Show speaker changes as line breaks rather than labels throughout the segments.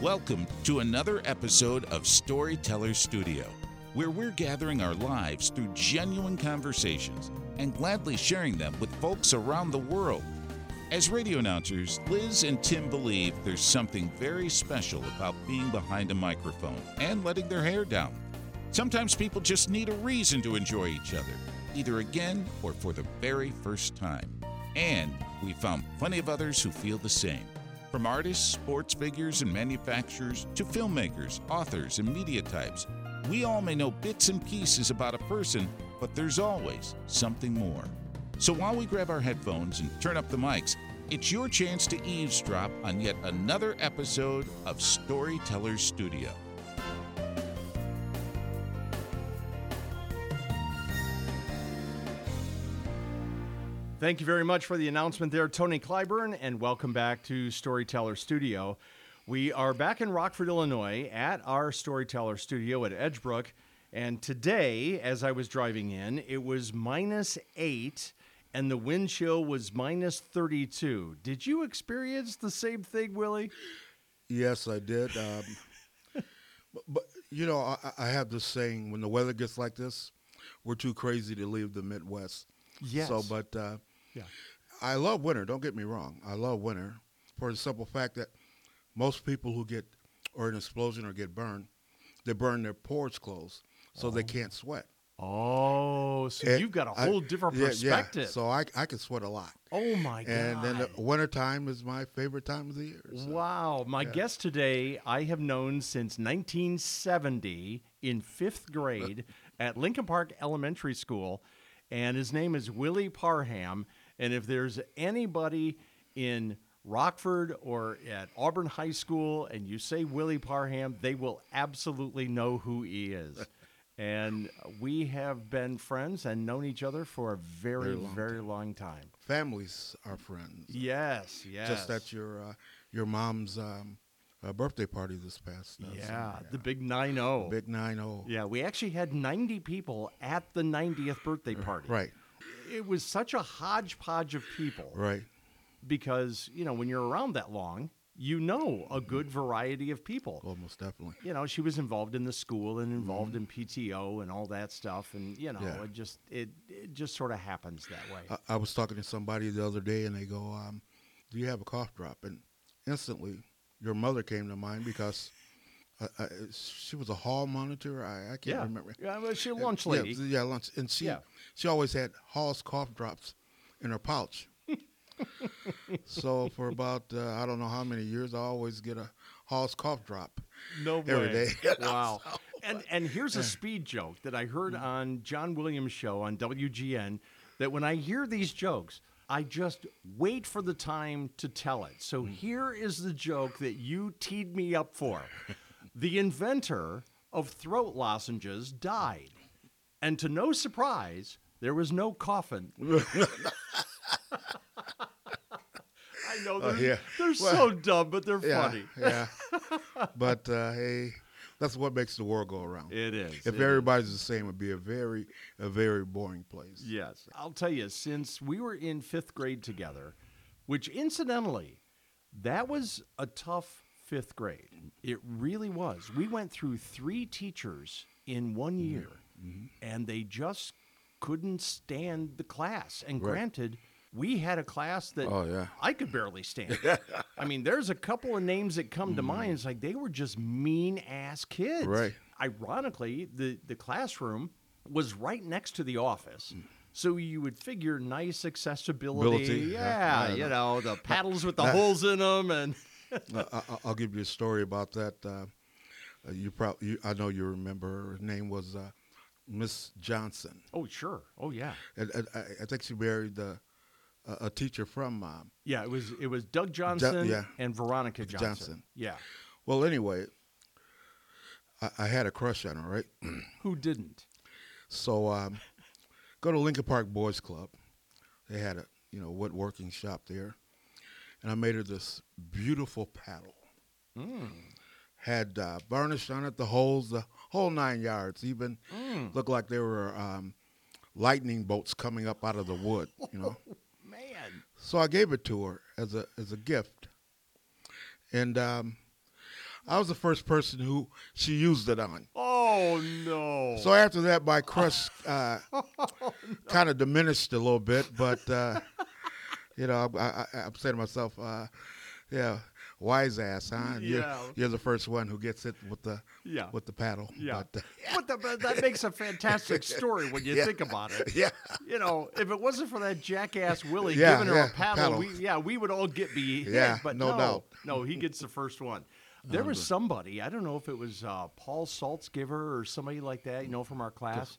Welcome to another episode of Storyteller Studio, where we're gathering our lives through genuine conversations and gladly sharing them with folks around the world. As radio announcers, Liz and Tim believe there's something very special about being behind a microphone and letting their hair down. Sometimes people just need a reason to enjoy each other, either again or for the very first time. And we found plenty of others who feel the same. From artists, sports figures, and manufacturers to filmmakers, authors, and media types, we all may know bits and pieces about a person, but there's always something more. So while we grab our headphones and turn up the mics, it's your chance to eavesdrop on yet another episode of Storyteller Studio.
Thank you very much for the announcement there, Tony Clyburn, and welcome back to Storyteller Studio. We are back in Rockford, Illinois at our Storyteller Studio at Edgebrook. And today, as I was driving in, it was minus eight and the wind chill was minus 32. Did you experience the same thing, Willie?
Yes, I did. Um, but, but you know, I, I have this saying: when the weather gets like this, we're too crazy to leave the Midwest.
Yes.
So, but uh,
Yeah.
I love winter. Don't get me wrong. I love winter for the simple fact that most people who get or an explosion or get burned, they burn their pores closed, so they can't sweat.
Oh, so
And
you've got a
I-
whole different
yeah, yeah.
perspective.
So I I can sweat a lot.
oh my God.
And then the winter time is my favorite time of the year. so.
Wow. My guest today, I have known since 1970 in fifth grade at Lincoln Park Elementary School, and his name is Willie Parham. And if there's anybody in Rockford or at Auburn High School and you say Willie Parham, they will absolutely know who he is. And we have been friends and known each other for a very, very long, time.
Families are friends.
Yes, yes.
Just at your uh, your mom's um, uh, birthday party this past. Uh,
Yeah,
summer,
the big oh. 9 0.
big nine oh. zero.
Yeah, we actually had 90 people at the 90th birthday party.
Uh, Right.
It was such a hodgepodge of people
Right.
because, you know, when you're around that long, you know
Mm-hmm.
a good variety of people.
Almost definitely.
You know, she was involved in the school and involved in PTO and all that stuff and, you know,
Mm-hmm. Yeah.
it just it, it just sort of happens that way.
I, I was talking to somebody the other day, and they go, um, "Do you have a cough drop?" And instantly, your mother came to mind because uh, uh, she was a hall monitor. I, I can't
yeah.
remember.
Yeah, well, she's a
Yeah,
lunch lady.
Yeah, yeah, lunch. And she
Yeah.
she always had Hall's cough drops in her pouch. so for about uh, I don't know how many years, I always get a Hall's cough drop.
No way.
every day. You know,
Wow. And and here's a speed joke that I heard
Mm-hmm.
on John Williams' show on WGN that when I hear these jokes, I just wait for the time to tell it. So
Mm.
here is the joke that you teed me up for. the inventor of throat lozenges died. And to no surprise, there was no coffin. I know they're,
Oh, yeah.
they're so
Well,
dumb, but they're
Yeah,
funny.
yeah. but uh, hey, that's what makes the world go around.
It is.
if
it is.
everybody's the same, it'd be a very, a very boring place.
Yes. I'll tell you, since we were in fifth grade together, which incidentally, that was a tough fifth grade. It really was. We went through three teachers in one
Mm-hmm.
year, and they just couldn't stand the class. And
Right.
granted, we had a class that
Oh, yeah.
I could barely stand. I mean, there's a couple of names that come to mind. It's like they were just mean ass kids
Mm. Right.
ironically, the, the classroom was right next to the office. So you would figure nice accessibility.
Mm. Ability,
yeah,
yeah, yeah,
you know, the paddles with the holes in them and
Uh, I, I- I'll give you a story about that. Uh, uh, you probably, I know you remember. Her name was uh, Miss Johnson,
Oh, sure. Oh, yeah.
and, and I, I think she married uh, a, a teacher from. Uh,
Yeah, it was it was Doug Johnson
yeah.
and Veronica Johnson.
Johnson.
Yeah.
well, anyway, I, I had a crush on her, right?
Who didn't?
So um, go to Lincoln Park Boys Club. They had a you know woodworking shop there, and I made her this beautiful paddle.
Mm,
Had uh, varnish on it, the holes, the whole nine yards. Even
mm,
looked like there were um, lightning bolts coming up out of the wood. You know.
Man.
So I gave it to her as a as a gift, and um, I was the first person who she used it on.
Oh no.
So after that, my crust uh,
Oh,
kind of diminished a little bit, but uh, you know, I, I, I'm saying to myself, uh, yeah, wise ass, huh? You're-
Yeah.
You're, the first one who gets it with the
Yeah.
with the paddle.
yeah.
But, uh,
But, the, but that makes a fantastic story when you
Yeah.
think about it.
yeah.
You know, if it wasn't for that jackass Willie
Yeah,
giving her
yeah,
a paddle,
paddle.
We, yeah, we would all get be hit,
Yeah,
but
no
no,
doubt.
no, he gets the first one. There was somebody I don't know if it was uh, Paul Saltzgiver or somebody like that, you know, from our class,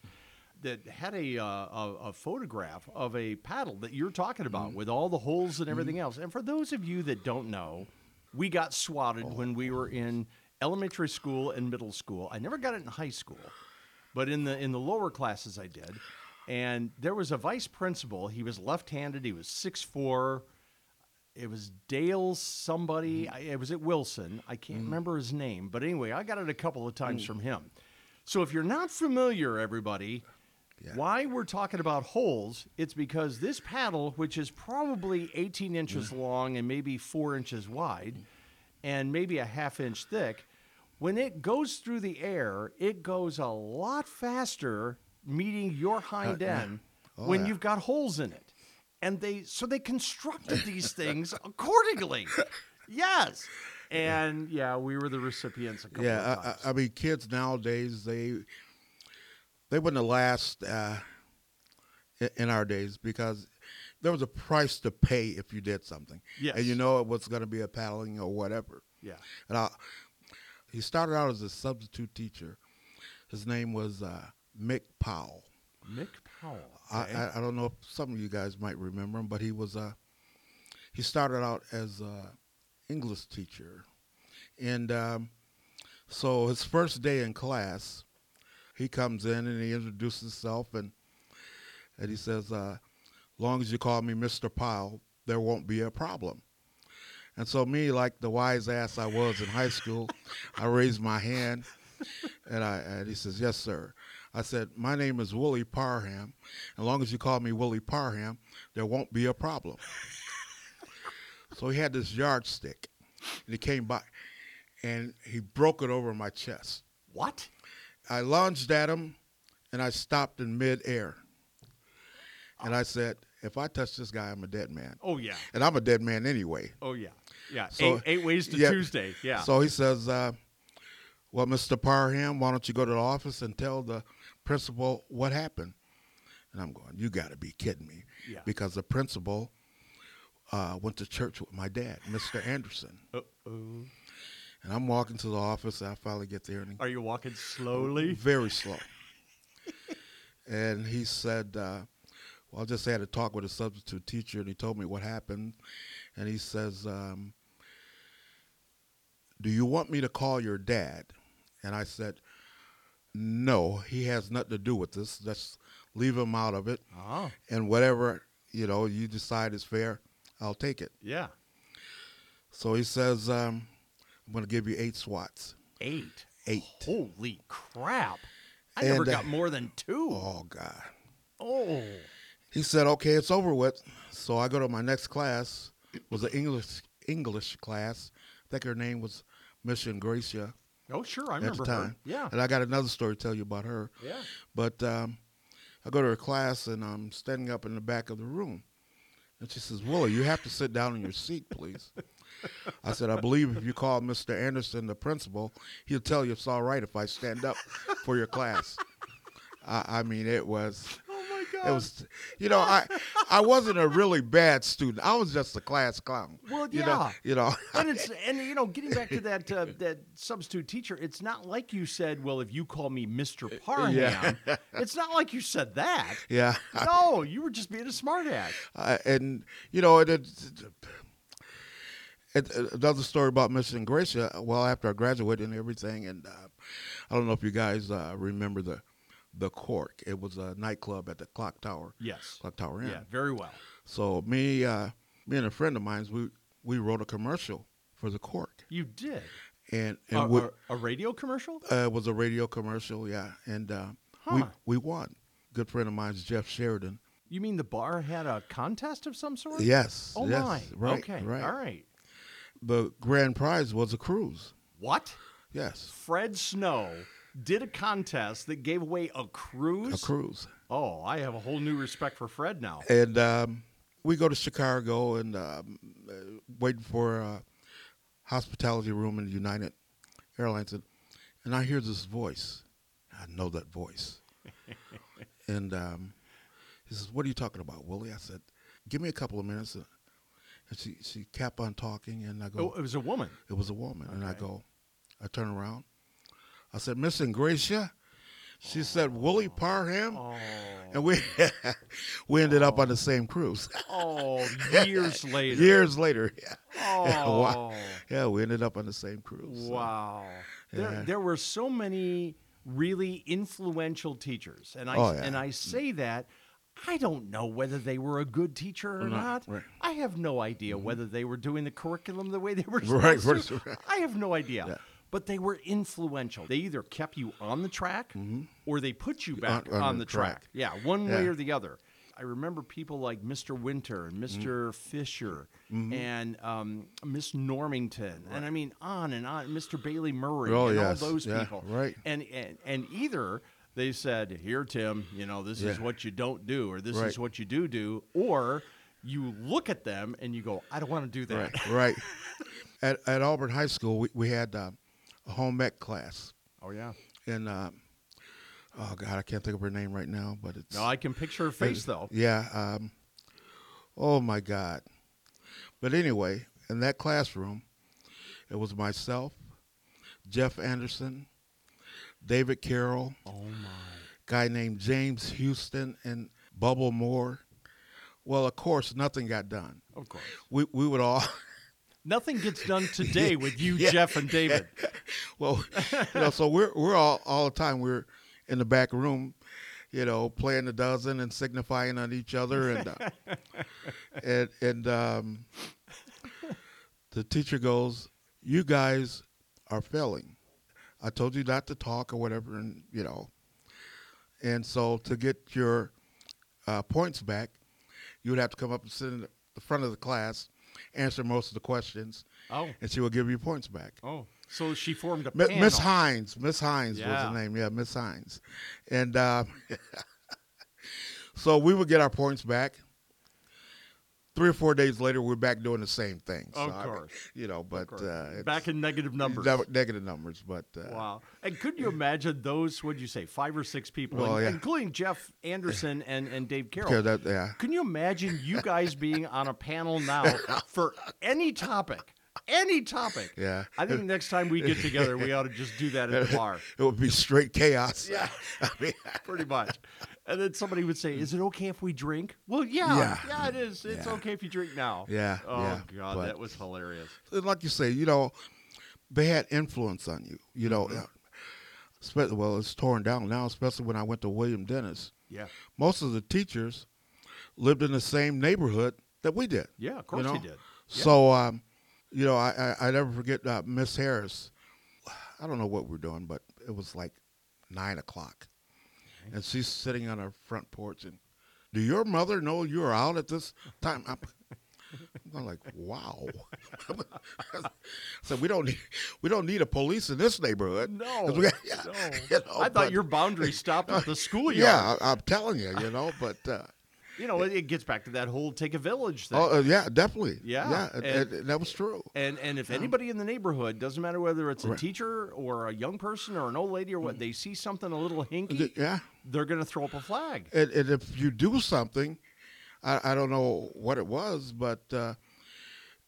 that had a uh, a, a photograph of a paddle that you're talking about
Mm-hmm.
with all the holes and everything else. And for those of you that don't know, we got swatted
Oh,
when we were in elementary school and middle school. I never got it in high school but in the in the lower classes I did. And there was a vice principal. He was left-handed. He was six four. It was Dale somebody.
Mm-hmm.
I, it was at Wilson. I
Mm.
can't remember his name. But anyway, I got it a couple of times from him. So if you're not familiar, everybody,
Yeah.
why we're talking about holes, it's because this paddle, which is probably 18 inches
Mm.
long and maybe four inches wide, and maybe a half inch thick, when it goes through the air, it goes a lot faster meeting your hind end
Oh,
when
Uh, yeah.
you've got holes in it. And they so they constructed these things accordingly. Yes. And yeah, we were the recipients a couple
Yeah,
of
I-
times.
I, I mean, kids nowadays they they wouldn't have last uh, i- in our days because there was a price to pay if you did something.
Yes.
and you know it was going to be a paddling or whatever.
yeah.
And I, he started out as a substitute teacher. His name was uh, Mick Powell.
Mick Powell. eh?
I,
okay.
I, I don't know if some of you guys might remember him, but he was a he started out as a English teacher, and um, so his first day in class, he comes in and he introduces himself and and he says, uh, "Long as you call me Mr. Pyle, there won't be a problem." And so me, like the wise ass I was in high school, I raised my hand, and I and he says, "Yes, sir." I said, "My name is Willie Parham. As long as you call me Willie Parham, there won't be a problem." so he had this yardstick, and he came by, and he broke it over my chest.
what?
I lunged at him, and I stopped in midair. And I said, "If I touch this guy, I'm a dead man."
Oh yeah.
And I'm a dead man anyway.
Oh yeah. Yeah.
So-
eight, eight ways to
yeah.
Tuesday. Yeah.
So he says, uh, "Well, Mr. Parham, why don't you go to the office and tell the principal what happened?" And I'm going, "You got to be kidding me!"
Yeah.
Because the principal uh, went to church with my dad, Mr. Anderson,
Uh, Uh-oh.
and I'm walking to the office. And I finally get there, and
Are you walking slowly?
very slow. and he said, uh, well, I just had a talk with a substitute teacher, and he told me what happened. And he says, um, do you want me to call your dad? And I said, no, he has nothing to do with this. Let's leave him out of it.
Oh,
And whatever, you know, you decide is fair, I'll take it.
yeah.
So he says, um, I'm going to give you eight swats.
Eight.
Eight.
Holy crap. I
And,
never
uh,
got more than two.
Oh, God.
Oh.
he said, "Okay, it's over with." So I go to my next class. It was an English English class. I think her name was Mission Gracia
Oh, sure. I
at the
remember
time.
her. Yeah.
And I got another story to tell you about her.
Yeah.
But um, I go to her class and I'm standing up in the back of the room, and she says, "Willie, you have to sit down in your seat, please." I said, "I believe if you call Mr. Anderson, the principal, he'll tell you it's all right if I stand up for your class." I, I mean, it was.
Oh, my God.
It was, you know, I I wasn't a really bad student. I was just a class clown.
Well,
you know,
yeah.
you know,
and it's and you know getting back to that uh, that substitute teacher it's not like you said well if you call me
Uh,
mr parham it's not like you said that
yeah.
no you were just being a smartass.
I, and you know, it, it, it- another story about Miss Gracia. Well, after I graduated and everything, and uh, I don't know if you guys uh, remember the the Cork. It was a nightclub at the Clock Tower.
yes
Clock Tower Inn.
yeah very well
So me, uh, me and a friend of mine's, we we wrote a commercial for the Cork,
you did
and
a,
and we-
a- a radio commercial
Uh, it was a radio commercial, yeah, and uh, we
Huh.
we won. Good friend of mine's Jeff Sheridan.
you mean the bar had a contest of some sort
Yes.
oh
yes,
my
Right.
okay
Right.
all right
The grand prize was a cruise.
What?
Yes,
Fred Snow did a contest that gave away a
a
cruise.
cruise.
oh, I have a whole new respect for Fred now.
And um, we go to Chicago and um, uh, waiting for a hospitality room in United Airlines. And, and I hear this voice. I know that voice. and um, he says, What are you talking about, Willie? I said, Give me a couple of minutes. And she, she kept on talking. And I go,
Oh, it was a woman.
It was a woman. And I
Okay.
go, I turn around. I said, Miss Ingracia? She said, Willie Parham?
Oh,
And we we ended up on the same cruise.
oh years later.
Years later. Yeah.
Oh,
Wow. yeah, we ended up on the same cruise. so.
Wow.
Yeah.
There, there were so many really influential teachers. And I,
Oh, yeah.
and I say that, I don't know whether they were a good teacher or
Right,
not.
right. Mm-hmm.
I have no idea whether they were doing the curriculum the way they were
Right,
supposed to.
right, right.
I have no idea.
Yeah.
But they were influential. They either kept you on the track or they put you back
Mm-hmm. on
on,
the
the
track.
track. Yeah, one way
Yeah. Mm.
or the other. I remember people like Mr. Winter and mister Fisher
Mm-hmm.
and um, Miss Normington, and I mean on and on. Mr. Bailey Murray
Oh,
and
yes.
all those
Yeah,
people,
right.
And and and either they said, "Here, Tim, you know this is
Yeah.
what you don't do, or this
Right.
is what you do do," or you look at them and you go, "I don't want to do that."
Right, right. At, at Auburn High School, we, we had um, a home ec class.
Oh yeah.
And, um, oh, God, I can't think of her name right now, but it's.
No, I can picture her face though.
Yeah. Um, oh my God. But anyway, in that classroom, it was myself, Jeff Anderson, David Carroll,
Oh my.
guy named James Houston, and Bubble Moore. Well, of course, nothing got done.
Of course.
We we would all
Nothing gets done today with you, Jeff, and David.
well, you know, so we're we're all all the time we're in the back room, you know, playing the dozen and signifying on each other, and uh, and and um, the teacher goes, "You guys are failing. I told you not to talk or whatever, and you know, and so to get your uh, points back, you would have to come up and sit in the front of the class, answer most of the questions."
Oh.
And she will give you points back.
Oh. So she formed a
Mi- Miss
panel.
Hines. Miss Hines was
Yeah.
the name. Yeah, Miss Hines. And uh, so we would get our points back. Three or four days later, we're back doing the same thing. So,
Of
I mean,
course.
you know, but
course.
uh, it's
Back in negative numbers.
neg- negative numbers. But uh,
Wow. And could you imagine those, what'd you say, five or six people,
Well,
in-
yeah. uh,
including Jeff Anderson and, and Dave Carroll?
yeah, that- yeah.
Can you imagine you guys being on a panel now for any topic? Any topic.
Yeah.
I think next time we get together, we ought to just do that at the bar.
It would be straight chaos.
Yeah. Pretty much. And then somebody would say, Is it okay if we drink? Well, yeah.
Yeah.
Yeah, it is. It's
Yeah.
okay if you drink now.
Yeah,
Oh,
yeah,
God.
but-
that was hilarious.
And like you say, you know, they had influence on you. You know,
Mm-hmm.
uh especially well, it's torn down now. Especially when I went to William Dennis.
Yeah.
most of the teachers lived in the same neighborhood that we did.
Yeah, of course
know?
he did. Yeah.
So, um, you know, I, I, I never forget uh, Miss Harris. I don't know what we're doing, but it was like nine o'clock. And she's sitting on her front porch and, do your mother know you're out at this time? I'm, I'm like, wow. so we don't need, we don't need a police in this neighborhood.
No.
'Cause we- yeah,
no.
you know,
I thought
but-
your boundary stopped at the schoolyard.
yeah. I, I'm telling you, you know, but uh,
You know, it, it gets back to that whole take a village thing.
Oh uh, yeah, definitely.
Yeah,
yeah,
and-
and- and that was true.
and and if anybody in the neighborhood, doesn't matter whether it's a
Right. Mm.
teacher or a young person or an old lady or what, they see something a little hinky,
Yeah,
they're going to throw up a flag.
and, and if you do something, I, I don't know what it was, but uh,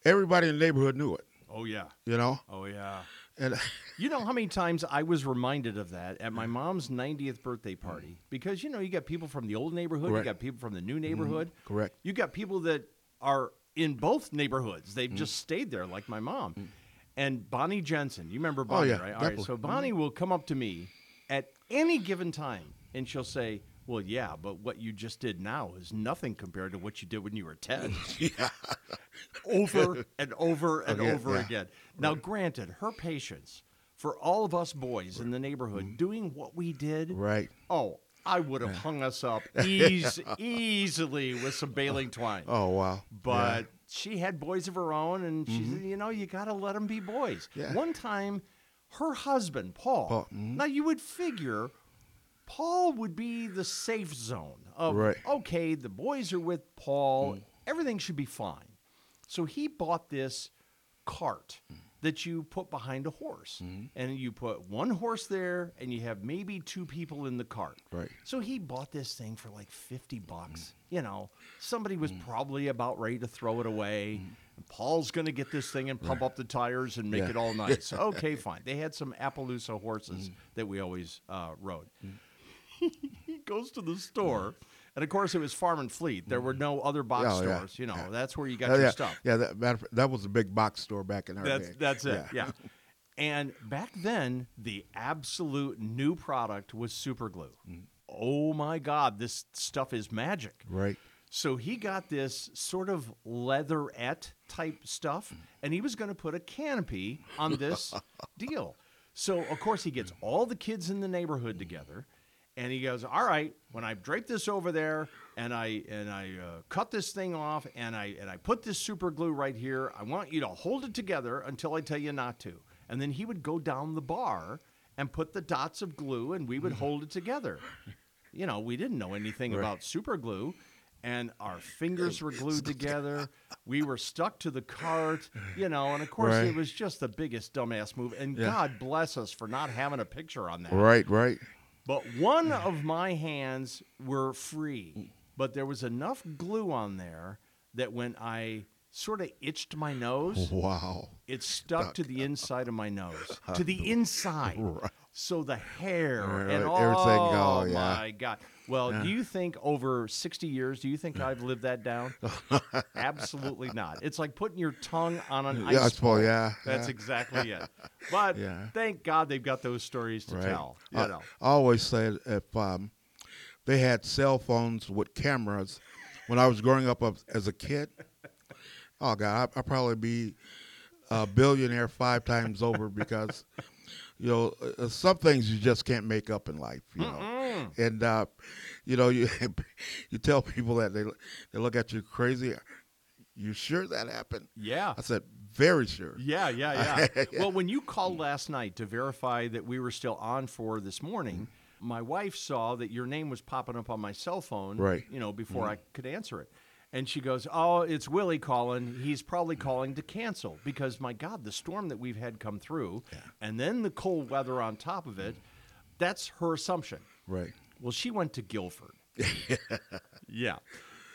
everybody in the neighborhood knew it.
Oh yeah.
You know,
Oh yeah.
and
You know how many times I was reminded of that at my mom's 90th birthday party? Because, you know, you got people from the old neighborhood,
Mm. Correct. Mm-hmm.
you got people from the new neighborhood.
correct.
You got people that are in both neighborhoods.
Mm.
They've just stayed there, like my mom. And Bonnie Jensen, you remember Bonnie,
Oh, yeah,
right? All right.
definitely. Mm-hmm.
So Bonnie will come up to me at any given time and she'll say, Well, yeah, but what you just did now is nothing compared to what you did when you were 10 over and over and
Again,
over
Oh, yeah.
again. Now, granted, her patience for all of us boys in the neighborhood doing what we did,
Mm-hmm. right.
oh, I would have hung us up eas- easily with some baling twine.
Oh wow,
But
Yeah. Mm-hmm.
she had boys of her own, and she said, you know, you got to let them be boys.
Yeah.
One time, her husband, Paul.
Paul, mhm.
Now, you would figure Paul would be the safe zone of,
Right. Mm.
okay, the boys are with Paul, everything should be fine. So he bought this cart that you put behind a horse.
Mm-hmm.
And you put one horse there, and you have maybe two people in the cart.
Right.
So he bought this thing for like 50
Mm-hmm.
bucks. You know, somebody was
Mm.
probably about ready to throw it away. And Paul's going to get this thing and pump up the tires and make
Yeah.
it all nice. okay, fine. They had some Appaloosa horses
Mm.
that we always uh, rode. he goes to the store. And of course, it was Farm and Fleet. There were no other box
Mm. Oh, yeah.
stores. You know,
Yeah.
that's where you got
Oh,
your
yeah,
stuff.
yeah. That, matter of fact, that was a big box store back in our
That's
day.
that's it. Yeah. And back then, the absolute new product was super glue. Oh my God, this stuff is magic.
Right.
So he got this sort of leatherette type stuff, and he was going to put a canopy on this deal. So, of course, he gets all the kids in the neighborhood together, and he goes, "All right, when I drape this over there, and I and I uh, cut this thing off, and I and I put this super glue right here, I want you to hold it together until I tell you not to." And then he would go down the bar and put the dots of glue, and we would hold it together you know, we didn't know anything about super glue, and our fingers were glued together. We were stuck to the cart, you know, and of course
Right.
it was just the biggest dumbass move. And
Yeah.
God bless us for not having a picture on that.
Right. Right.
But one of my hands were free, but there was enough glue on there that when I sort of itched my nose,
Wow.
it stuck to the inside of my nose, to the inside. So the hair
Right,
and
right, everything,
oh
oh, yeah.
my god! Well, do you think over sixty years, do you think I've lived that down? Absolutely not. It's like putting your tongue on an
yeah. I
ice.
suppose. Yeah.
That's
yeah.
exactly it. But
Yeah. Uh,
thank God they've got those stories to tell. You
I,
know,
I always said if um, they had cell phones with cameras when I was growing up as- as a kid, oh God, I- I'd probably be a billionaire five times over because, you know, uh, some things you just can't make up in life, you know. And, uh, you know, you you tell people that they, they look at you crazy. You sure that happened?
yeah.
I said, very sure.
Yeah, yeah, yeah. Well, when you called last night to verify that we were still on for this morning,
Mm-hmm.
my wife saw that your name was popping up on my cell phone.
Right. Mm-hmm.
You know, before I could answer it. And she goes, Oh, it's Willie calling. He's probably
Mm-hmm.
calling to cancel because, my God, the storm that we've had come through and then the cold weather on top of it, that's her assumption.
Right.
Well, she went to Guilford. yeah.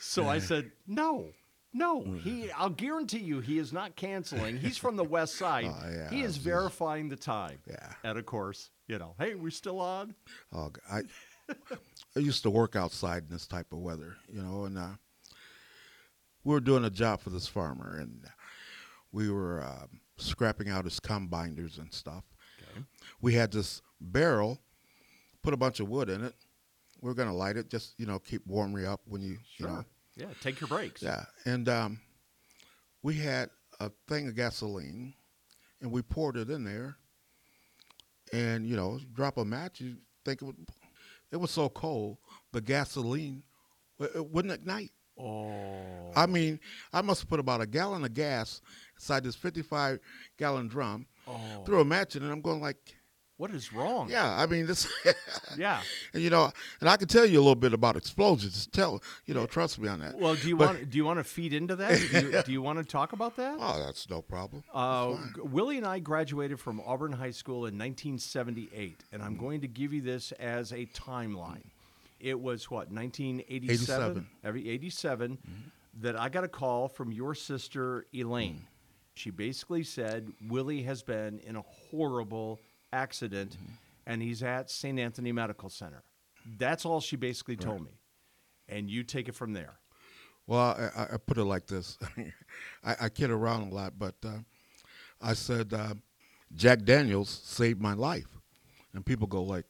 So I said, no, no. He, I'll guarantee you, he is not canceling. He's from the West Side.
Oh, yeah,
he is
geez.
verifying the time.
Yeah.
And of course, you know, hey, we're still on.
Oh, g- I, I used to work outside in this type of weather, you know, and uh, we were doing a job for this farmer, and we were um, scrapping out his combinders and stuff.
Okay.
We had this barrel, put a bunch of wood in it. We were gonna light it, just you know, keep warming up when you, you know,
Yeah. Take your breaks.
yeah. And um, we had a thing of gasoline, and we poured it in there. And you know, drop a match, you think it would. It was so cold, the gasoline it it wouldn't ignite.
Oh.
I mean, I must have put about a gallon of gas inside this 55 gallon drum,
oh.
threw a match in, it, and I'm going like,
What is wrong?
yeah. I mean, this,
Yeah.
and you know, and I can tell you a little bit about explosions. Tell you know, trust me on that.
Well, do you
But-
want do you want to feed into that? Do you, do you want to talk about that?
Oh, that's no problem.
Uh, G- Willie and I graduated from Auburn High School in 1978, and I'm going to give you this as a timeline. It was what 1987,
87.
every 87, that I got a call from your sister Elaine. She basically said Willie has been in a horrible accident, and he's at St. Anthony Medical Center. That's all she basically told me, and you take it from there.
Well, I- I, I put it like this. I, I kid around a lot, but uh, I said uh, Jack Daniels saved my life, and people go like,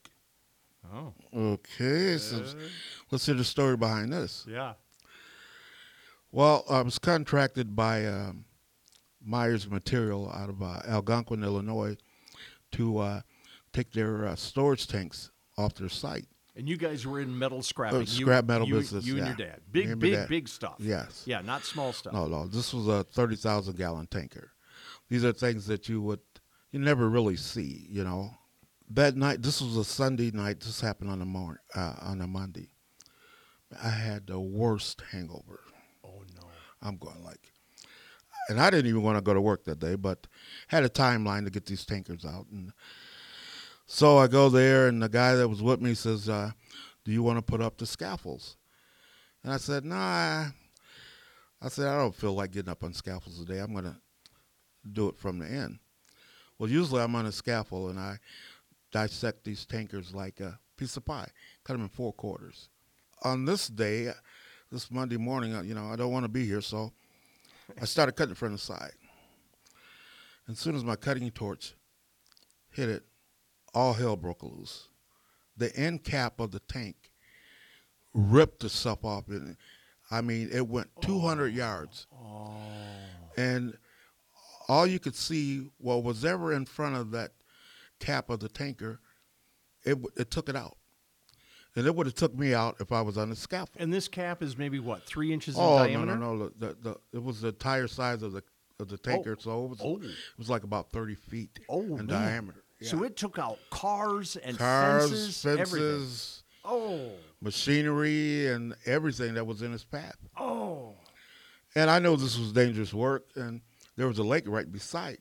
Oh, Uh,
"Okay, so let's hear the story behind this."
yeah.
Well, I was contracted by um, Myers Material out of uh, Algonquin, Illinois, to uh, take their uh, storage tanks off their site.
And you guys were in metal scrapping.
Uh,
You-
scrap metal
you,
business,
You and
yeah.
your dad. Big,
Me and my
big,
dad.
big stuff.
Yes.
Yeah, not small stuff.
No, no. This was a 30,000 gallon tanker. These are things that you would you never really see, you know. That night, this was a Sunday night. This happened on a mor- uh, on a Monday. I had the worst hangover.
Oh no.
I'm going like, and I didn't even want to go to work that day, but had a timeline to get these tankers out. And so I go there, and the guy that was with me says, uh, "Do you want to put up the scaffolds?" And I said, "Nah." I said, "I don't feel like getting up on scaffolds today. I'm gonna do it from the end." Well, usually I'm on a scaffold and I dissect these tankers like a piece of pie, cut them in four quarters. On this day, this Monday morning, uh, you know, I don't want to be here, so I started cutting from the side. And as soon as my cutting torch hit it, all hell broke loose. The end cap of the tank ripped itself off. And I mean, it went 200 yards.
Oh.
And all you could see, what was ever in front of that cap of the tanker, it, w- it took it out. And it would have took me out if I was on the scaffold.
And this cap is maybe what three inches in
Oh no
diameter.
no no! Look, The, the, it was the tire size of the of the tanker, so it was
Oh.
it was like about thirty feet
Oh,
in
man.
diameter.
So
Yeah.
it took out cars and
cars,
fences,
fences,
everything. Oh,
machinery, and everything that was in its path.
oh,
And I know this was dangerous work, and there was a lake right beside,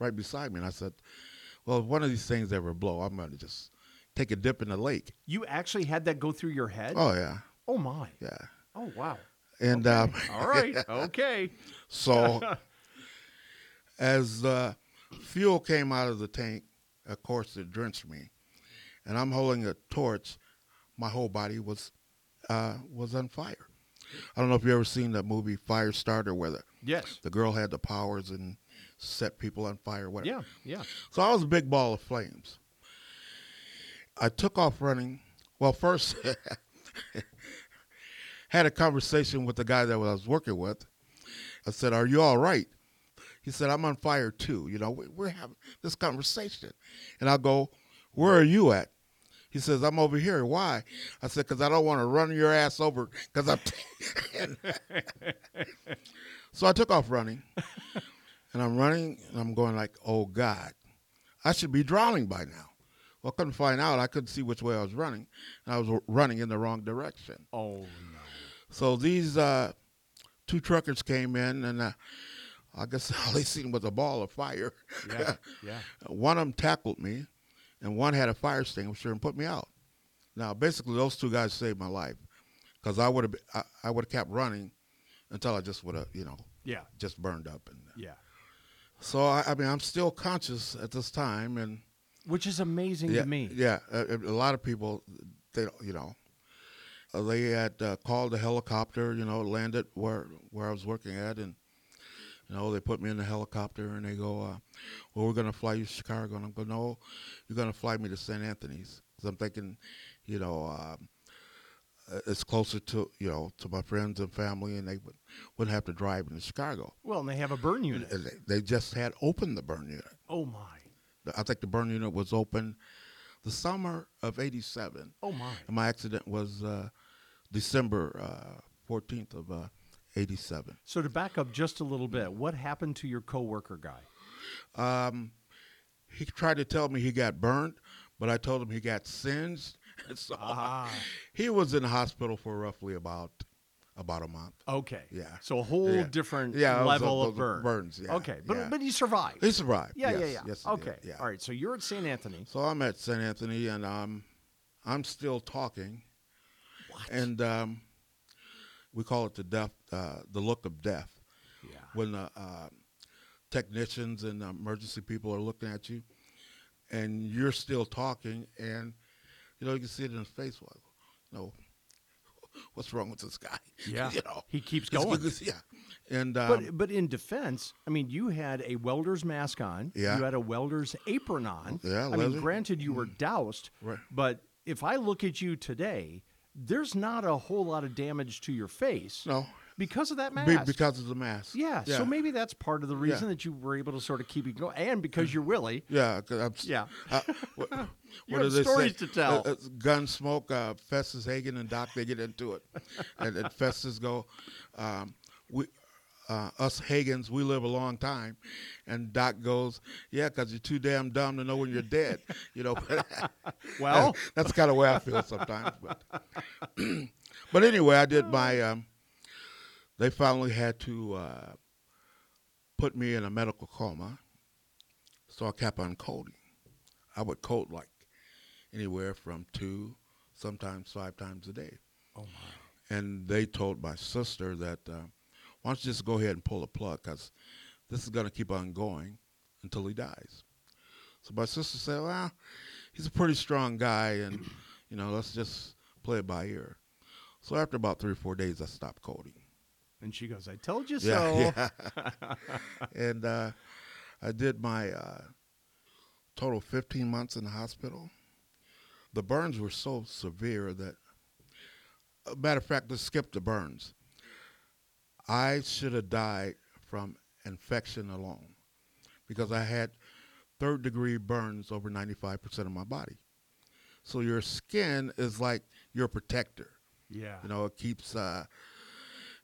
right beside me. And I said, "Well, if one of these things ever blow, I'm gonna just take a dip in the lake."
you actually had that go through your head.
Oh yeah,
Oh my.
yeah.
Oh wow.
And
Okay.
um,
All right. Okay.
So, as the fuel came out of the tank, of course, it drenched me, and I'm holding a torch. My whole body was uh, was on fire. I don't know if you ever seen that movie Firestarter, where the,
Yes.
the girl had the powers and set people on fire. Whatever.
Yeah. Yeah.
So I was a big ball of flames. I took off running. Well, first had a conversation with the guy that I was working with. I said, "Are you all right?" He said, "I'm on fire too." You know, we- we're having this conversation, and I go, "Where are you at?" He says, "I'm over here." Why? I said, "Cause I don't want to run your ass over." Cause I'm. so I took off running and I'm running and I'm going like, oh God, I should be drowning by now. Well, I couldn't find out. I couldn't see which way I was running. And I was running in the wrong direction.
Oh no.
So these uh, two truckers came in, and uh, I guess all they seen was a ball of fire.
Yeah. Yeah.
one of them tackled me, and one had a fire extinguisher and put me out. Now, basically, those two guys saved my life because I would have I, I would have kept running until I just would have you know
Yeah.
just burned up and uh,
Yeah.
so I, I mean, I'm still conscious at this time, and
Which is amazing
yeah,
to me.
yeah, a, a lot of people, they don't, you know, uh, they had uh, called the helicopter, you know, landed where where I was working at, and you know, they put me in the helicopter, and they go, uh, "Well, we're gonna fly you to Chicago," and I'm going, "No, you're gonna fly me to St. Anthony's," 'Cause I'm thinking, you know. Um, uh, it's closer to you know to my friends and family, and they would, wouldn't have to drive into Chicago.
Well, and they have a burn unit.
And they- they just had opened the burn unit.
Oh my.
The- I think the burn unit was open the summer of '87,
Oh my.
and my accident was uh, December uh, 14th of uh, '87.
So to back up just a little bit, what happened to your coworker guy?
Um, he tried to tell me he got burned, but I told him he got singed. so
Ah.
he was in the hospital for roughly about about a month.
Okay.
Yeah.
So a whole
Yeah.
different
Yeah, it was
level
a-
of burn.
burns, yeah,
Okay. But
yeah.
but he survived.
He survived.
yeah, yeah,
Yes,
yeah.
yes, he did.
okay.
Yeah.
All right. So you're at St. Anthony.
So I'm at St. Anthony, and um, I'm still talking.
What?
And um, we call it the death, uh, the look of death.
yeah.
when the uh, technicians and um, emergency people are looking at you, and you're still talking, and you know you can see it in his face. Well, you know, what's wrong with this guy?
Yeah.
you know,
He keeps
It's-
going.
it's- yeah, and um,
But but in defense, I mean, you had a welder's mask on.
Yeah.
You had a welder's apron on.
Yeah,
I mean,
leather.
granted, you were doused.
Right.
But if I look at you today, there's not a whole lot of damage to your face
no,
because of that mask.
be, because of the mask.
yeah, So maybe that's part of the reason
Yeah. Mm.
that you were able to sort of keep it going, and because you're Willie.
Yeah, 'cause I'm, s-
Yeah.
I- what, Uh, what
You
do
have
they
stories
say?
to tell.
Uh, uh, Gunsmoke, uh, Festus Hagen, and Doc they get into it, and, and Festus go, um, "We, uh, us Hagans, we live a long time. And Doc goes, Yeah, 'cause you're too damn dumb to know when you're dead. You know, but
Well,
that's kind of way I feel sometimes. But, but anyway, I did my, um, they finally had to uh, put me in a medical coma. So I kept on coding. I would code like anywhere from two, sometimes five times a day
oh
and they told my sister that uh, why don't you just go ahead and pull the plug because this is going to keep on going until he dies so my sister said well he's a pretty strong guy and you know let's just play it by ear so after about three or four days i stopped coding
and she goes, I told you so.
yeah, yeah. and uh, I did my uh, total 15 months in the hospital. The burns were so severe that, uh, matter of fact, let's skip the burns. I should have died from infection alone because I had third degree burns over 95% of my body. So your skin is like your protector.
Yeah.
You know, it keeps, uh,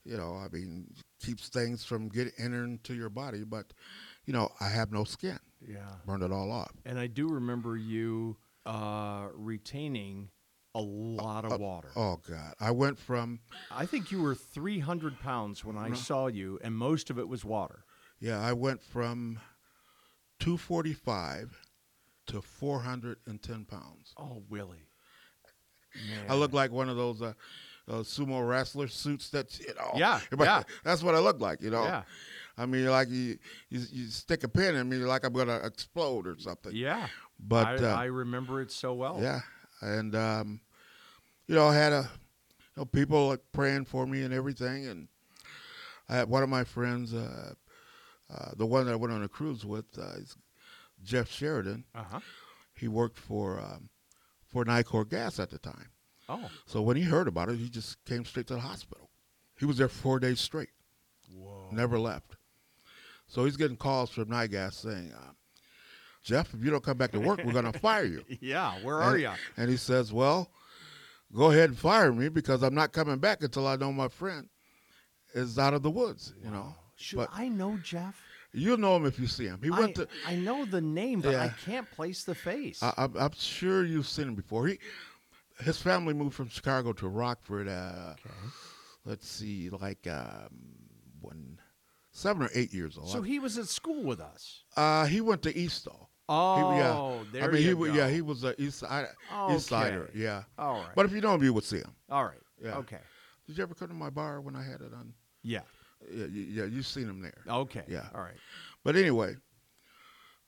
you know, I mean, keeps things from getting entering into your body. But, you know, I have no skin.
yeah.
Burned it all off.
And I do remember you uh, retaining a lot of water.
Oh God! I went from
I think you were 300 pounds when
Mm-hmm.
I saw you, and most of it was water.
yeah, I went from 245 to 410 pounds.
Oh, Willie.
I look like one of those uh, those sumo wrestler suits that you know.
Yeah,
everybody-
yeah.
That's what I look like. You know.
Yeah.
I mean, like you, you, you stick a pin in me, like I'm gonna explode or something.
Yeah.
But
I,
uh,
I remember it so well.
Yeah, and um, you know, I had a you know, people like praying for me and everything, and I had one of my friends, uh, uh, the one that I went on a cruise with, uh, is Jeff Sheridan.
Uh huh.
He worked for um, for Nicor Gas at the time,
Oh.
so when he heard about it, he just came straight to the hospital. He was there four days straight
Whoa.
never left. So he's getting calls from NIGAS saying, uh, Jeff, if you don't come back to work, we're going to fire you.
Yeah. Where are
and,
you?
And he says, Well, go ahead and fire me because I'm not coming back until I know my friend is out of the woods. You know,
Should
but
I know Jeff?
you'll know him if you see him. He
I,
went to.
I know the name, but I
Yeah. Uh,
can't place the face.
I, I'm, I'm sure you've seen him before. He, his family moved from Chicago to Rockford. Uh,
okay.
Let's see, like um, one, seven or eight years old.
So he was at school with us.
uh, he went to Eastall. He-
Oh,
yeah.
there
I mean,
you
he
go.
wa- yeah, he was a east side, east sider,
Okay.
yeah.
All right.
But if you know him, you would see him.
All right.
Yeah.
Okay.
Did you ever come to my bar when I had it on?
Yeah.
Yeah, you, yeah, you've seen him there.
Okay.
Yeah.
All right.
But anyway,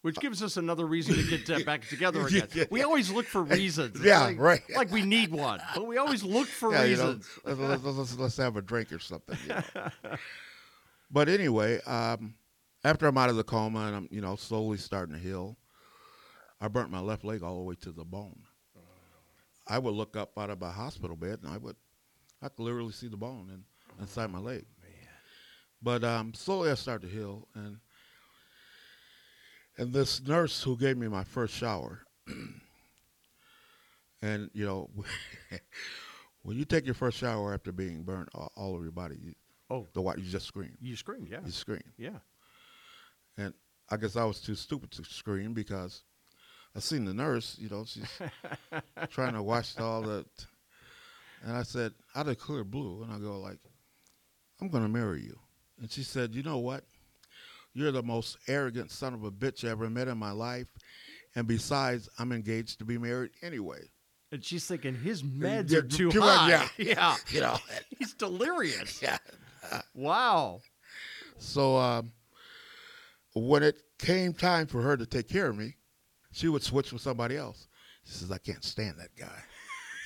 Which gives us another reason to get uh, back together
Yeah,
again.
yeah.
We always look for reasons. It's
Yeah,
like,
right.
Like we need one, but we always look for
yeah, you know,
reasons.
let's, let's, let's, let's have a drink or something. You know. but anyway, um, after I'm out of the coma and I'm you know slowly starting to heal, I burnt my left leg all the way to the bone. I would look up out of my hospital bed and I would, I could literally see the bone in, inside my leg. But um, slowly I started to heal, and and this nurse who gave me my first shower, and you know, when you take your first shower after being burned all, all over your body, you,
Oh,
the white you just scream,
you screamed. Yeah.
you scream,
Yeah.
and I guess I was too stupid to scream because I seen the nurse, you know, she's trying to wash all the, and I said out of clear blue, and I go like, I'm gonna marry you, and she said, you know what, you're the most arrogant son of a bitch I ever met in my life, and besides, I'm engaged to be married anyway,
And she's thinking his meds
Uh, Yeah,
are too,
too
high.
high,
yeah.
you know.
He's delirious.
Yeah.
Wow.
So um, when it came time for her to take care of me, she would switch with somebody else. She says, "I can't stand that guy.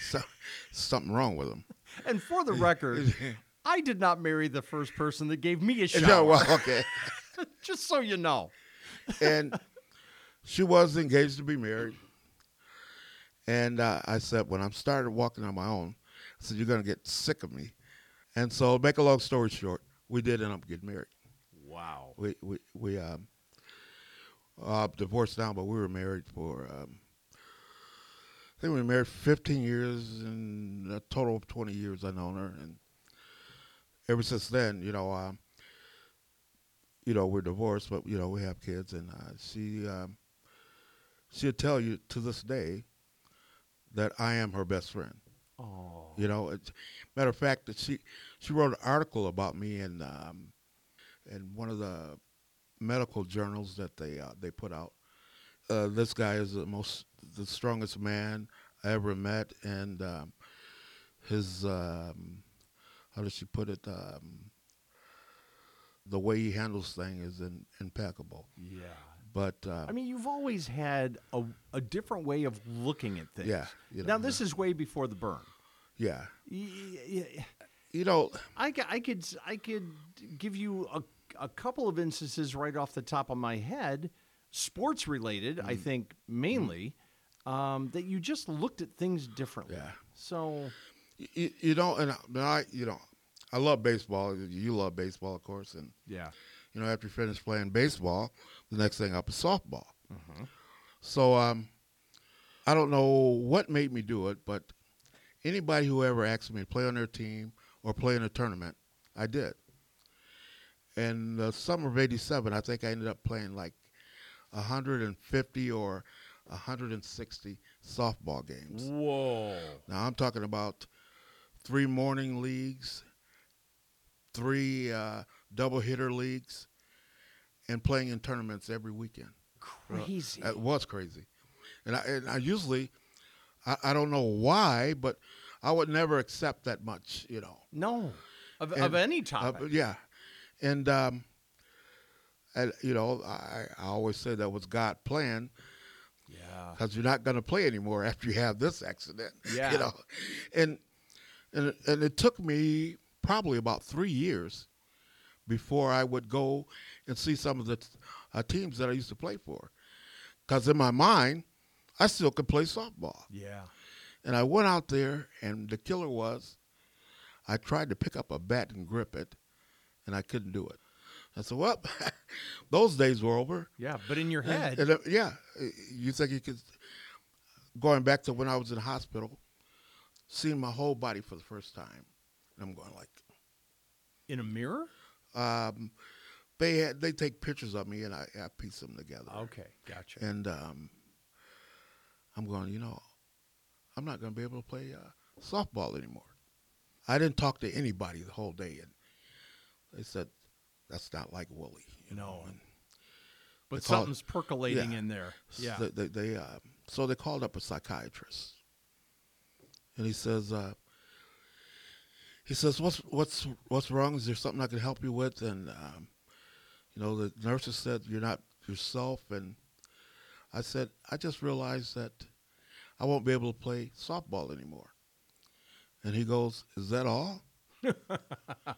so something wrong with him."
And for the record, I did not marry the first person that gave me a shower.
Yeah, well, okay.
Just so you know.
and she was engaged to be married. And uh, I said, when I started walking on my own, I said, "You're gonna get sick of me." And so, make a long story short, we did end up getting married.
Wow.
we we we um uh divorced now, but we were married for um I think we were married 15 years and a total of 20 years I known her, and ever since then, you know, um, you know, we're divorced, but you know, we have kids, and uh, she um, she'll tell you to this day that I am her best friend.
Oh.
You know, it's, matter of fact, that she she wrote an article about me in um, in one of the medical journals that they uh, they put out. Uh, this guy is the most the strongest man I ever met, and um, his um, how does she put it? Um, the way he handles things is in, impeccable.
Yeah.
But uh,
I mean, you've always had a, a different way of looking at things.
Yeah, you know,
now, this is way before the burn.
yeah,
Y- y- y-
you know,
I, ca- I could s- I could give you a, a couple of instances right off the top of my head, sports related, I think mainly, um, that you just looked at things differently.
Yeah.
So
you, you know, and I, and I, you know, I love baseball. You love baseball, of course, and
yeah,
you know, after you finish playing baseball, the next thing up is softball.
Mm-hmm.
So um, I don't know what made me do it, but anybody who ever asked me to play on their team or play in a tournament, I did. In the summer of '87, I think I ended up playing like 150 or 160 softball games.
whoa,
Now I'm talking about three morning leagues, three uh, double hitter leagues, and playing in tournaments every weekend.
crazy.
That was crazy, and I, and I usually, I, I don't know why, but I would never accept that much, you know.
no, of, of
and-
any
Uh,
topic.
but yeah, and um, and you know, I, I always say that was God plan
yeah.
because you're not going to play anymore after you have this accident.
Yeah.
You know, and and and it took me probably about three years before I would go and see some of the t- uh, teams that I used to play for, because in my mind, I still could play softball.
Yeah.
And I went out there, and the killer was, I tried to pick up a bat and grip it, and I couldn't do it. I said, "Well, those days were over."
Yeah. But in your head,
And, uh, yeah, uh, you think you could? Going back to when I was in the hospital, seeing my whole body for the first time, and I'm going like,
in a mirror.
um, they had, they take pictures of me and I, I piece them together,
Okay. Gotcha.
and um, I'm going, you know, I'm not going to be able to play uh, softball anymore. I didn't talk to anybody the whole day, and they said, that's not like Willie, you know.
No.
and
but
they call it-
something's percolating
yeah.
in there. Yeah.
So they, they, uh, so they called up a psychiatrist, and he says, uh, he says, what's what's what's wrong? Is there something I can help you with? And um, you know, the nurses said you're not yourself, and I said, I just realized that I won't be able to play softball anymore. And he goes, Is that all? and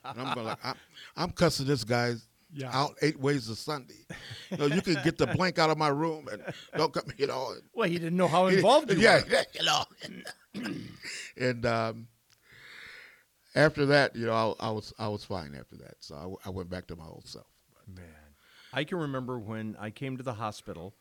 I'm going like, I'm, I'm cussing this guy's
Yeah.
out eight ways a Sunday. You know, you can get the blank out of my room and don't come, you know. and-
well, he didn't know how Oh, involved you
yeah,
were.
yeah, you know. and um, after that, you know, I, I was I was fine after that, so I, w- I went back to my old self.
Man, I can remember when I came to the hospital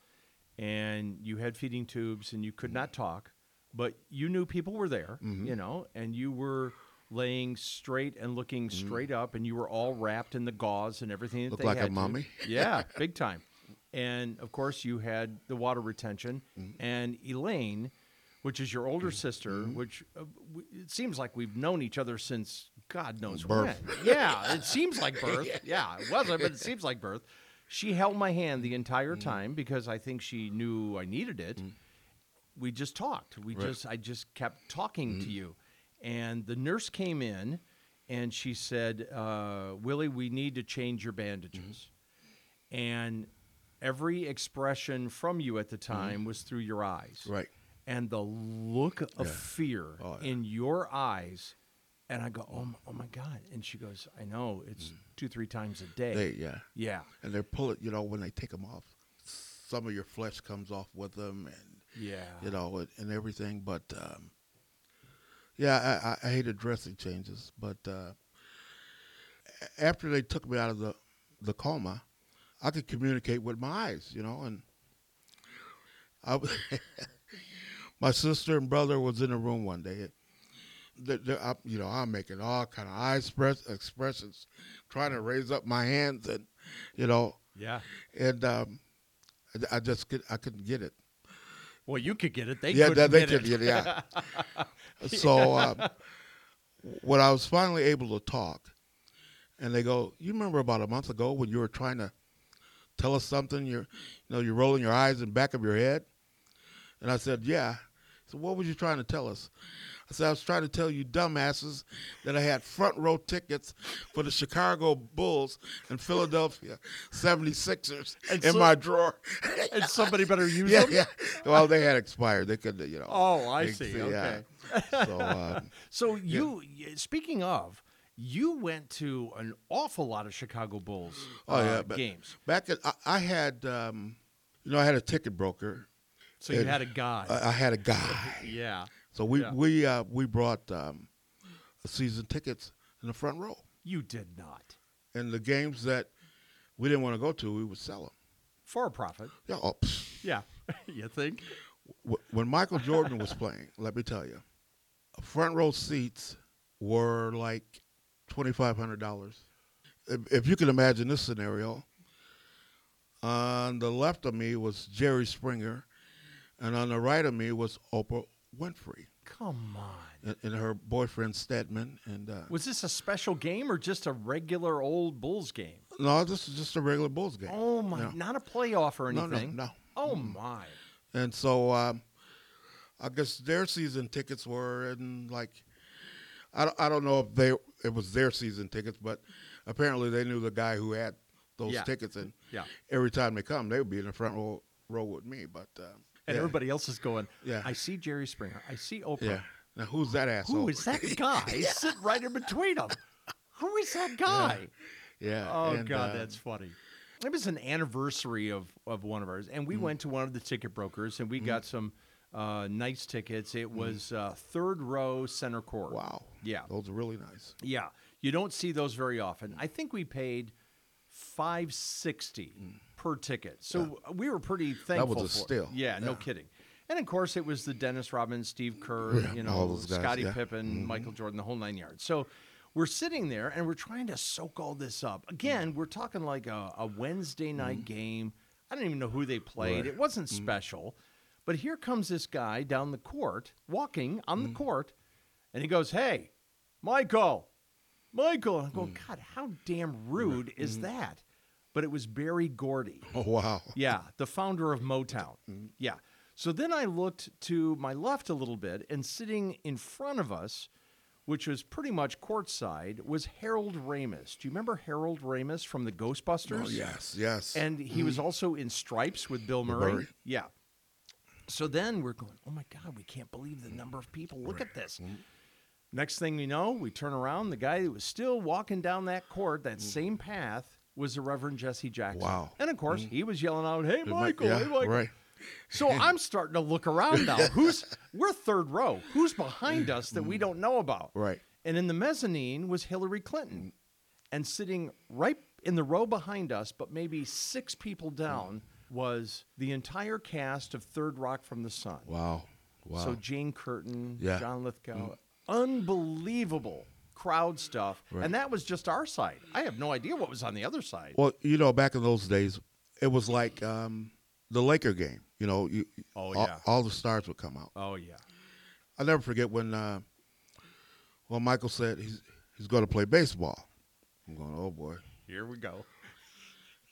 and you had feeding tubes and you could not talk, but you knew people were there,
Mm-hmm.
you know, and you were laying straight and looking straight up and you were all wrapped in the gauze and everything that
Mm-hmm. Looked
they
like a
had to.
mummy.
Yeah, big time. And of course you had the water retention and Elaine which is your older sister, which uh, w- it seems like we've known each other since God knows
Birth.
when. Yeah, it seems like birth. Yeah, it wasn't, but it seems like birth. She held my hand the entire time because I think she knew I needed it. We just talked. We just I just kept talking
Mm.
to you, and the nurse came in, and she said, uh, "Willie, we need to change your bandages."
Mm-hmm.
And every expression from you at the time was through your eyes
Mm-hmm. Right.
and the look of fear
Oh, yeah.
in your eyes. And I go, oh, m- oh my God. And she goes, I know it's two, three times a day.
Mm. They, yeah.
yeah.
and they're pulling. You know, when they take them off, some of your flesh comes off with them, and
Yeah.
you know, and, and everything. But um, yeah, I- I, I hated dressing changes. But uh, a- after they took me out of the the coma, I could communicate with my eyes. You know, and I. w- My sister and brother was in the room one day. They're, they're, I, you know, I'm making all kind of eye express, expressions, trying to raise up my hands and you know.
Yeah.
And um, I, I just could, I couldn't get it.
Well, you could get it. They
yeah,
couldn't
they
get
could
it.
get it. Yeah. so um, when I was finally able to talk, and they go, "You remember about a month ago when you were trying to tell us something? You're, you know, you're rolling your eyes and back of your head." And I said, "Yeah." So what were you trying to tell us? I said, "I was trying to tell you dumbasses that I had front row tickets for the Chicago Bulls and Philadelphia 76ers
And
in
so-
my drawer."
And somebody better use
yeah,
them.
yeah. Well, they had expired. They couldn't, you know.
Oh, I
they-
see.
yeah.
Okay.
So, um,
So you, y- speaking of, you went to an awful lot of Chicago Bulls
Oh, yeah,
uh,
but-
games.
back at, I, I had, um, you know, I had a ticket broker.
So you
and
had a guy.
I, I had a guy.
yeah.
So we
Yeah.
we uh, we brought um, season tickets in the front row,
You did not.
and the games that we didn't want to go to, we would sell them.
For a profit.
Yeah. Oh, pfft.
Yeah. you think?
Wh- when Michael Jordan was playing, let me tell you, front row seats were like twenty five hundred dollars. If, if you can imagine this scenario, on the left of me was Jerry Springer, and on the right of me was Oprah Winfrey
Come on.
and, and her boyfriend Stedman. And uh,
Was this a special game or just a regular old Bulls game?
no, this is just a regular Bulls game.
Oh my!
No.
Not a playoff or
no, Mm. no,
anything.
no.
Oh my!
And so um, I guess their season tickets were in like I don't, I don't know if they it was their season tickets, but apparently they knew the guy who had those
Yeah.
tickets, and
Yeah.
every time they come, they would be in the front row row with me. But uh,
And
yeah,
everybody else is going.
Yeah.
I see Jerry Springer. I see Oprah.
yeah. Now who's that asshole?
Who is that guy sitting right in between them? Who is that guy?
Yeah.
Oh
and,
God,
uh,
that's funny. It was an anniversary of of one of ours,
Mm-hmm.
and we went to one of the ticket brokers, and we got some uh, nice tickets. It was uh, third row center court.
Mm-hmm. wow.
Yeah,
Those are really nice.
yeah. You don't see those very often. I think we paid five sixty per ticket, so we were pretty thankful.
Mm. was a
for it.
steal.
Yeah, no
Yeah.
kidding. And of course, it was the Dennis Rodman, Steve Kerr,
Yeah,
you
all
know,
those guys,
Scottie
yeah.
Pippen, Michael Jordan, the whole nine yards. So we're sitting there and we're trying to soak all this up. Again, we're talking like a, a Wednesday night game. I don't even know who they played.
Right.
It wasn't special. But here comes this guy down the court, walking on the court, and he goes, Hey, Michael, Michael. And I go, God, how damn rude is that? But it was Barry Gordy.
Oh wow.
Yeah, the founder of Motown. Yeah. So then I looked to my left a little bit, and sitting in front of us, which was pretty much courtside, was Harold Ramis. Do you remember Harold Ramis from the Ghostbusters?
Oh, yes, yes.
And he was also in Stripes with Bill Murray.
Mm-hmm. Murray.
Yeah. So then we're going, oh my God, we can't believe the number of people. Look at this.
Mm-hmm.
Next thing we know, we turn around. The guy that was still walking down that court, that same path, was the Reverend Jesse Jackson.
Mm-hmm. Wow.
And of course, he was yelling out, hey,
It might-
Michael,
yeah,
hey, Michael.
right.
So I'm starting to look around now. Who's we're third row? Who's behind us that
Mm.
we don't know about?
Right.
And in the mezzanine was Hillary Clinton, and sitting right in the row behind us, but maybe six people down, was the entire cast of Third Rock from the Sun.
Wow. Wow.
So Jane Curtin,
Yeah. Mm.
John Lithgow, unbelievable crowd stuff, and that was just our side. I have no idea what was on the other side.
Well, you know, back in those days, it was like um, the Laker game. You know, you,
Oh,
all,
yeah.
all the stars would come out.
oh yeah,
I'll never forget when uh, well Michael said he's he's going to play baseball. I'm going, oh boy.
here we go.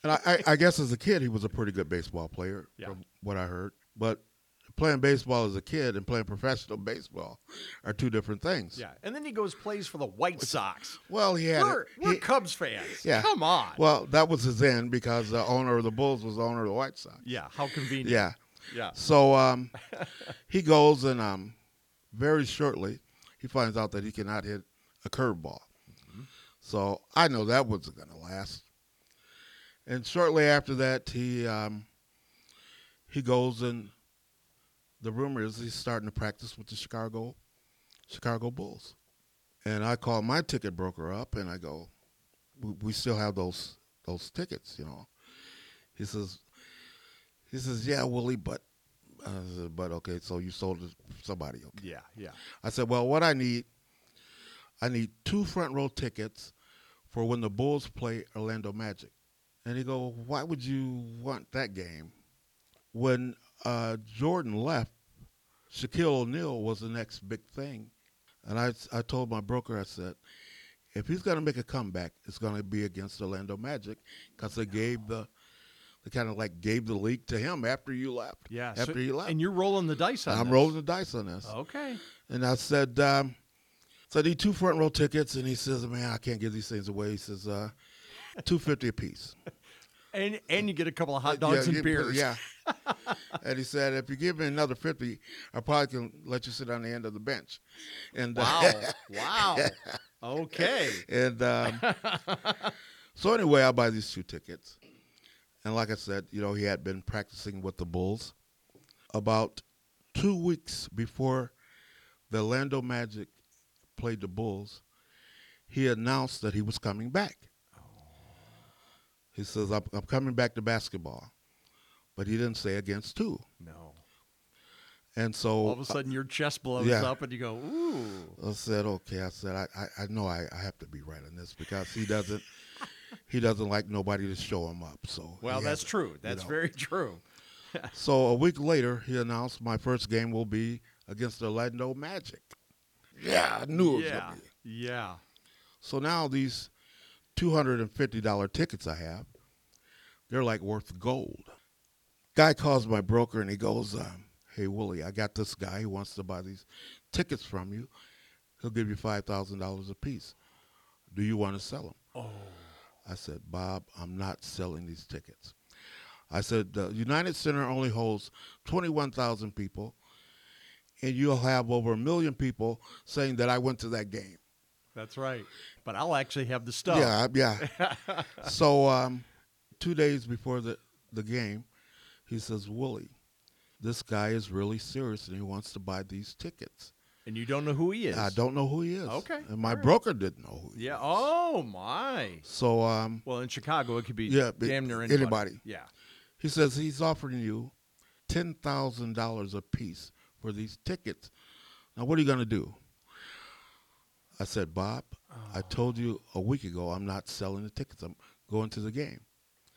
And I, I, I guess as a kid, he was a pretty good baseball player,
Yeah.
from what I heard. But playing baseball as a kid and playing professional baseball are two different things.
Yeah, and then he goes plays for the White Sox.
Well, he had
We're,
it.
we're
He-
Cubs fans.
Yeah.
Come on.
well, that was his end because the owner of the Bulls was the owner of the White Sox.
yeah. How convenient.
Yeah.
Yeah.
So um, he goes and um, very shortly he finds out that he cannot hit a curveball. So I know that wasn't going to last. And shortly after that, he um, he goes and the rumor is he's starting to practice with the Chicago Chicago Bulls. And I call my ticket broker up and I go, we, we still have those those tickets, you know. He says, he says, yeah, Willie, but I said, but okay, so you sold it to somebody. Okay.
Yeah. Yeah.
I said, well, what I need, I need two front row tickets for when the Bulls play Orlando Magic And he go, why would you want that game? When uh, Jordan left, Shaquille O'Neal was the next big thing. And I, I told my broker, I said, if he's going to make a comeback, it's going to be against Orlando Magic because they gave the, they kind of like gave the league to him after you left.
Yeah. so-
After you left.
And you're rolling the dice on
I'm
this. Oh.
rolling the dice on this.
Okay.
And I said, um, so I need two front row tickets. And he says, man, I can't give these things away. He says, uh, 250 apiece.
And and you get a couple of hot dogs
yeah,
and beers.
Yeah. and he said, if you give me another 50, I probably can let you sit on the end of the bench. And,
Wow.
uh,
wow. Okay.
and um, so anyway, I buy these two tickets. And like I said, you know, he had been practicing with the Bulls about two weeks before the Orlando Magic played the Bulls. He announced that he was coming back. He says, I'm, I'm coming back to basketball. But he didn't say against two.
No.
And so
All of a sudden, your chest blows
Yeah.
up, and you go, "Ooh,
I said, okay. I said, I, I, I know I, I have to be right on this because he doesn't, he doesn't like nobody to show him up. So
well,
he
that's
hasn't,
true.
you
That's
know.
very true."
So a week later, he announced my first game will be against the Orlando Magic. Yeah, I knew it was
Yeah.
gonna be.
Yeah.
So now these two hundred and fifty dollar tickets I have, they're like worth gold. Guy calls my broker and he goes, um, "Hey Willie, I got this guy who wants to buy these tickets from you. He'll give you five thousand dollars a piece. Do you want to sell them?"
Oh.
I said, "Bob, I'm not selling these tickets." I said, "The United Center only holds twenty-one thousand people." And you'll have over a million people saying that I went to that game.
That's right. But I'll actually have the stuff.
Yeah, yeah. so um, two days before the, the game, he says, Willie, this guy is really serious and he wants to buy these tickets.
And you don't know who he is.
I don't know who he is.
Okay,
And my
all right.
broker didn't know who he
Yeah.
is.
Oh my.
So um,
Well, in Chicago, it could be
Yeah, but
damn near anybody.
anybody.
Yeah.
he says he's offering you $10,000 a piece for these tickets. Now, what are you going to do? I said, Bob,
Oh.
I told you a week ago I'm not selling the tickets. I'm going to the game.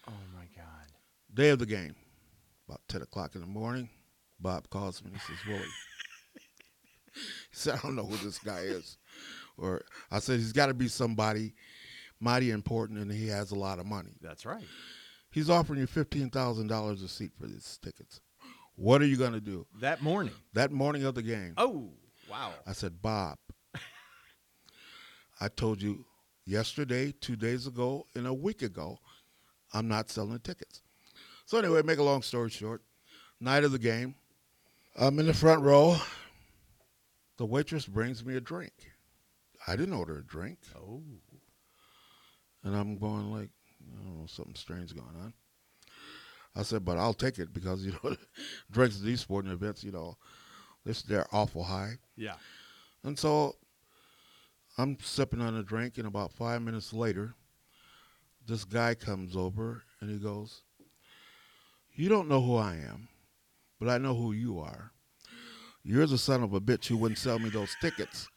Oh my God.
Day of the game, about 10 o'clock in the morning, Bob calls me and he says, Willie. he said, I don't know who this guy is. Or I said, he's got to be somebody mighty important and he has a lot of money.
That's right.
He's offering you $15,000 a seat for these tickets. What are you going to do?
That morning.
That morning of the game,
Oh wow.
I said, Bob, I told you yesterday, two days ago, and a week ago, I'm not selling tickets. So anyway, make a long story short, night of the game, I'm in the front row. The waitress brings me a drink. I didn't order a drink,
Oh.
and I'm going like, I don't know, something strange going on. I said, but I'll take it because you know, drinks at these sporting events, you know, this they're awful high.
Yeah.
And so I'm sipping on a drink, and about five minutes later, this guy comes over and he goes, You don't know who I am, but I know who you are. You're the son of a bitch who wouldn't sell me those tickets.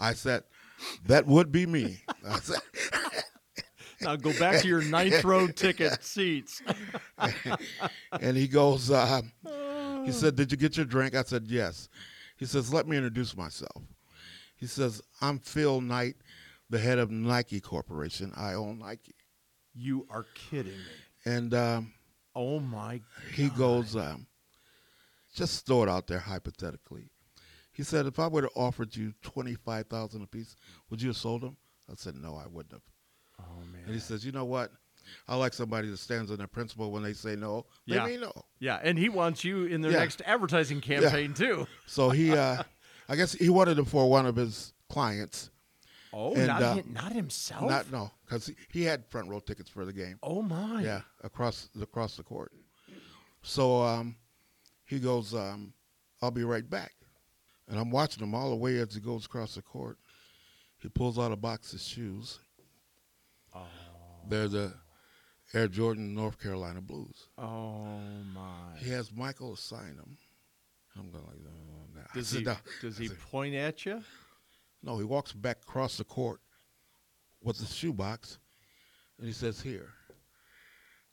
I said, That would be me. I said,
Now go back to your ninth row ticket seats.
and he goes, uh,
Oh.
He said, Did you get your drink? I said, Yes. He says, Let me introduce myself. He says, I'm Phil Knight, the head of Nike Corporation. I own Nike.
You are kidding me.
And um,
Oh my.
he goes, um, Just throw it out there hypothetically. He said, If I would have offered you 25000 apiece, would you have sold them? I said, No, I wouldn't have.
Oh
And
man.
he says, You know what? I like somebody that stands on their principle when they say no. They
Yeah.
mean no.
Yeah, and he wants you in their
Yeah.
next advertising campaign too.
So he, uh, I guess he wanted them for one of his clients.
Oh,
And,
not,
uh,
hi- not himself.
Not no, because he, he had front row tickets for the game.
oh my.
Yeah, across across the court. So um, he goes, um, "I'll be right back," and I'm watching him all the way as he goes across the court. He pulls out a box of shoes. They're the Air Jordan North Carolina Blues.
Oh my.
He has Michael sign them. I'm going like, oh, no. I
Does
said,
he
"No."
does
I
he
said,
point at you?
No, he walks back across the court with the shoebox, and he says, "Here."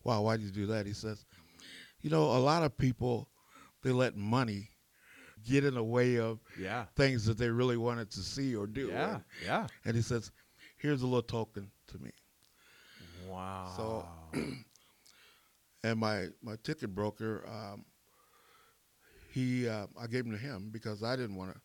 wow, why'd you do that? He says, you know, a lot of people, they let money get in the way of
Yeah.
things that they really wanted to see or do.
Yeah.
And,
Yeah.
and he says, here's a little token to me.
Wow. Oh,
And my, my ticket broker, um, he uh, I gave him to him because I didn't want to.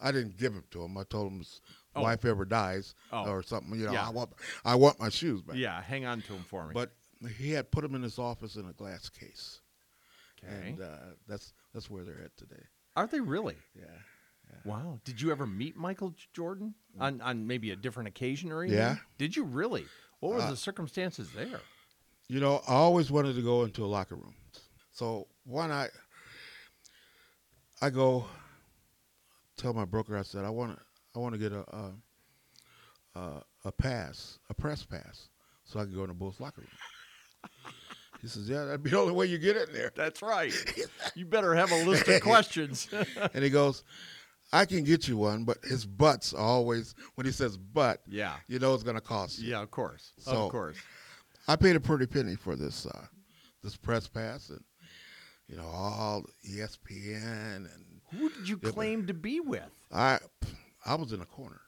I didn't give him to him. I told him his
Oh.
wife ever dies
Oh.
or something. You know,
Yeah.
I want I want my shoes back.
yeah, hang on to him for me.
But he had put them in his office in a glass case,
okay.
and uh, that's that's where they're at today.
Are they really?
Yeah.
Wow. Did you ever meet Michael J- Jordan on, on maybe a different occasion or anything?
Mm. Yeah.
Did you really? What were
Uh,
the circumstances there?
You know, I always wanted to go into a locker room. So why not? I go tell my broker. I said I want to. I want to get a, a a a pass, a press pass, so I can go in the Bulls locker room. He says, "Yeah, that'd be the only way you get in there."
That's right. you better have a list of questions.
And he goes, "I can get you one, but his butts are always when he says but,
yeah.
you know it's gonna cost you."
Yeah, of course.
So-
of course.
I paid a pretty penny for this uh, this press pass, and you know all E ESPN, and
Who did you
Yeah, but-
claim to be with?
I I was in a corner.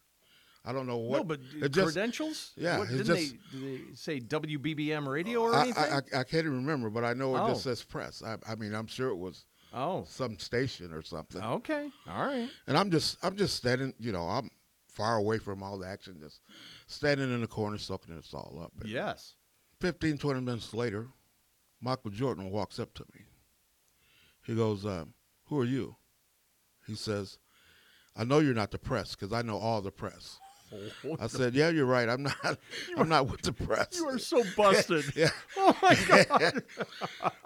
I don't know what.
no, but
it just-
credentials?
yeah,
What,
it
didn't
just-
they, did they say WBBM radio or
I,
anything?
I, I I can't even remember, but I know it just
Oh.
says press. I, I mean, I'm sure it was
oh,
some station or something.
okay. All right.
And I'm just I'm just standing, you know, I'm far away from all the action, just standing in the corner soaking this all up. And
Yes.
15, 20 minutes later, Michael Jordan walks up to me. He goes, um, Who are you? He says, I know you're not the press because I know all the press. I said, Yeah, you're right. I'm not. I'm not with the press.
You are so busted.
yeah.
Oh my god.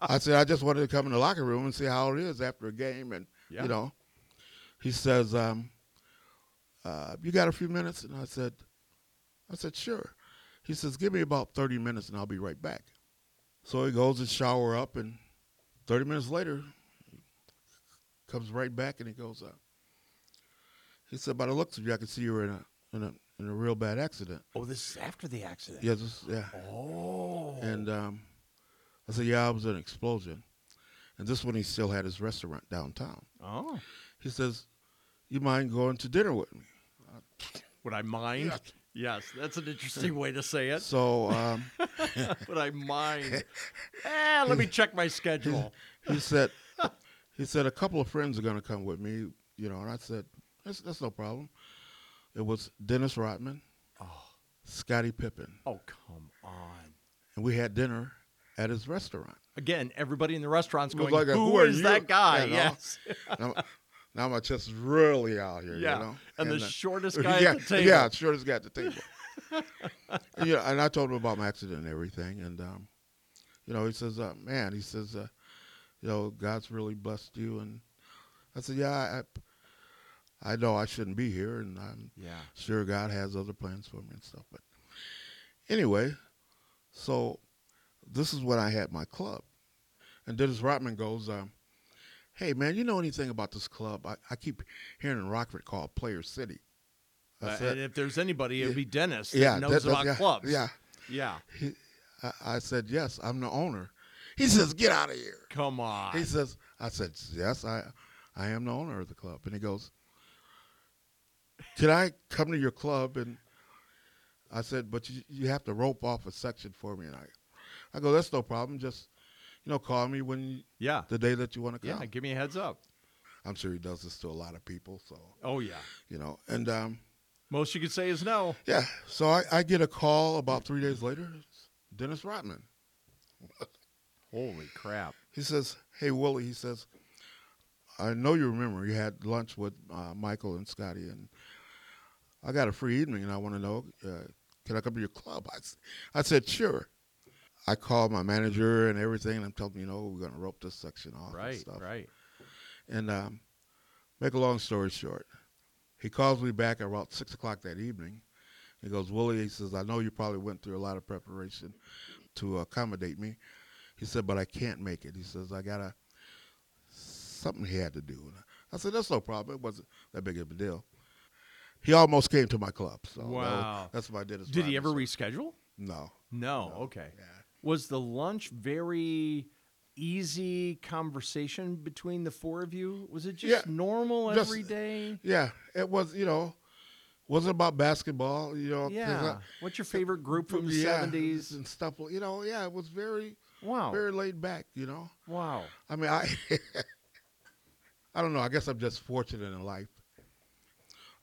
I said, I just wanted to come in the locker room and see how it is after a game, and
Yeah.
you know, he says, um, uh, "You got a few minutes?" And I said, "I said sure." He says, "Give me about thirty minutes, and I'll be right back." So he goes and shower up, and thirty minutes later, comes right back, and he goes, uh, "He said, by the looks of you, I can see you were in a in a in a real bad accident."
Oh, this is after the accident.
Yes, this- yeah.
Oh.
And um, I said, Yeah, I was at an explosion. And this one, he still had his restaurant downtown.
oh.
He says, You mind going to dinner with me?
Would I mind? Yes, that's an interesting way to say it.
So um,
Would I mind? eh, let me check my schedule.
he said, he said, A couple of friends are going to come with me, you know. And I said, That's, that's no problem. It was Dennis Rodman, Scottie Pippen.
Oh, come on.
And we had dinner at his restaurant.
Again, everybody in the restaurant's
It was
going,
like a,
who
"Who are
is
you?"
that guy?
You know?
Yes.
now, now my chest is really out here,
Yeah.
you know.
And the
uh,
shortest guy at
yeah,
the table.
Yeah, shortest guy at the table. and, you know, and I told him about my accident and everything, and um, you know, he says, uh, "Man," he says, uh, "You know, God's really blessed you." And I said, "Yeah, I, I know I shouldn't be here, and I'm
Yeah.
sure God has other plans for me and stuff." But anyway, so this is when I had my club, and Dennis Rodman goes, um, "Hey man, you know anything about this club? I, I keep hearing in Rockford called Player City." I
Uh,
said-
and if there's anybody, it'd be Dennis that
yeah,
knows
that- that-
about
yeah,
clubs.
Yeah,
Yeah.
I, I said yes. I'm the owner. He says, "Get out of here."
Come on.
He says, "I said yes. I, I am the owner of the club." And he goes, "Can I come to your club?" And I said, "But you, you have to rope off a section for me." And I, I go, "That's no problem. Just, you know, call me when you,
yeah.
the day that you want to
Yeah.
come."
Give me a heads up.
I'm sure he does this to a lot of people. So
Oh, yeah.
you know, and um,
Most you could say is no.
yeah. So I, I get a call about three days later. It's Dennis Rodman.
Holy crap.
He says, "Hey Willie," he says, "I know you remember you had lunch with uh, Michael and Scotty, and I got a free evening, and I want to know uh, can I come to your club?" I, s- I said, "Sure." I called my manager and everything, and I'm telling him, you know, we're gonna rope this section off, and
Right,
stuff.
right.
And um, make a long story short, he calls me back at about six o'clock that evening. He goes, Willie, he says, I know you probably went through a lot of preparation to accommodate me. He said, but I can't make it. He says, I got to, something he had to do. And I said, that's no problem. It wasn't that big of a deal. He almost came to my club. So that was-
Wow.
that's what I did. as
Did
far
he
as
ever
I'm-
reschedule?
No.
No. Okay.
Yeah.
Was the lunch very easy conversation between the four of you? Was it just
Yeah,
normal
just-
every day?
Yeah, it was. You know, wasn't about basketball. You know, 'cause
Yeah.
I-
What's your favorite group from the
uh, yeah,
70s?
and stuff. You know, yeah, it was very
Wow.
very laid back. You know,
wow.
I mean, I I don't know. I guess I'm just fortunate in life.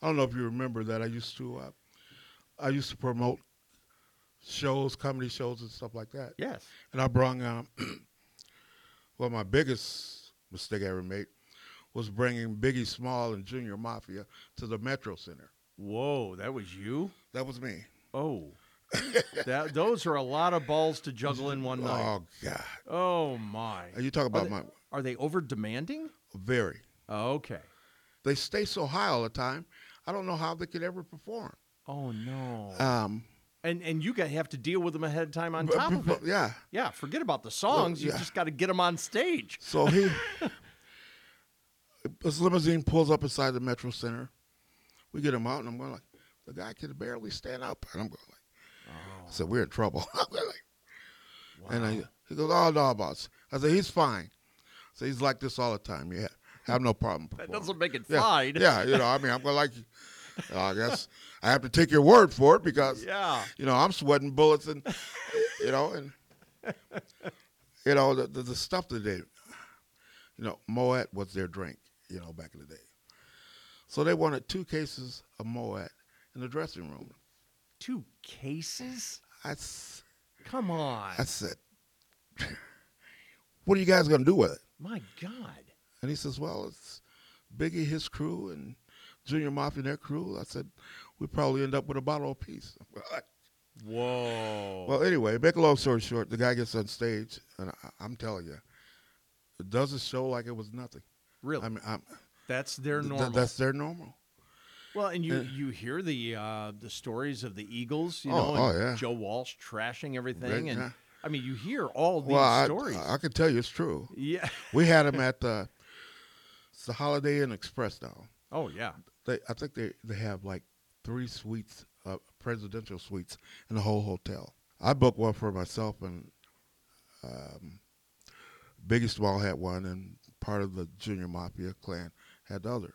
I don't know if you remember that I used to uh, I used to promote shows, comedy shows, and stuff like that.
Yes.
And I brought um, well, my biggest mistake I ever made was bringing Biggie Small and Junior Mafia to the Metro Center.
Whoa, that was you?
That was me.
Oh. that those are a lot of balls to juggle in one night.
Oh God!
Oh my.
And you talk about
they-
my
Are they over demanding?
very.
Oh, okay.
They stay so high all the time. I don't know how they could ever perform.
Oh no.
Um,
and and you got have to deal with them ahead of time on
but
top of
people-
it.
yeah.
Yeah, forget about the songs. You
yeah.
just got to get them on stage.
So he, this limousine pulls up inside the Metro Center. We get him out, and I'm going like, the guy can barely stand up, and I'm going like,
Oh.
I said, we're in trouble. I'm going like, and I, he goes, oh no, boss. I said, he's fine. So he's like this all the time. Yeah, have no
That
problem. performing."
doesn't make it
yeah,
fine.
Yeah, you know, I mean, I'm going like, uh, I guess I have to take your word for it because
Yeah.
you know, I'm sweating bullets and, you know, and, you know, the, the, the stuff that they, you know, Moet was their drink, you know, back in the day. So they wanted two cases of Moet in the dressing room.
Two cases?
I, s-
Come on.
I said, what are you guys going to do with it?
My God.
And he says, well, it's Biggie, his crew, and Junior Mafia and their crew. I said, we probably end up with a bottle apiece.
Whoa.
Well, anyway, make a long story short, the guy gets on stage, and I, I'm telling you, it does a show like it was nothing.
really?
I mean, I'm,
that's their
th-
normal.
that's their normal.
well, and you
uh,
you hear the uh, the stories of the Eagles, you
Oh,
know, and
oh, yeah.
Joe Walsh trashing everything,
Right,
and
yeah.
I mean, you hear all these
Well, I,
stories.
I, I can tell you it's true.
yeah.
We had him at the it's the Holiday Inn Express now.
Oh yeah.
They, I think they they have like three suites, uh, presidential suites, in the whole hotel. I booked one for myself, and um, Biggie Small had one, and part of the Junior Mafia clan had the other.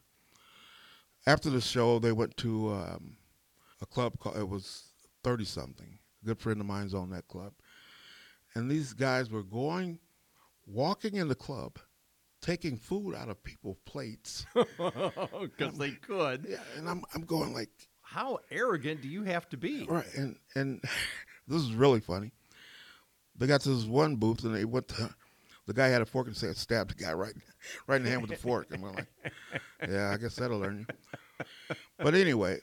After the show, they went to um, a club called it was thirty something. A good friend of mine's on that club, and these guys were going, walking in the club, taking food out of people's plates.
Because they could.
yeah, and I'm I'm going like.
How arrogant do you have to be?
Right, and and this is really funny. They got to this one booth, and they went. To, the guy had a fork and said, "Stabbed the guy right, right in the hand with the fork." And we're like, "Yeah, I guess that'll learn you." But anyway,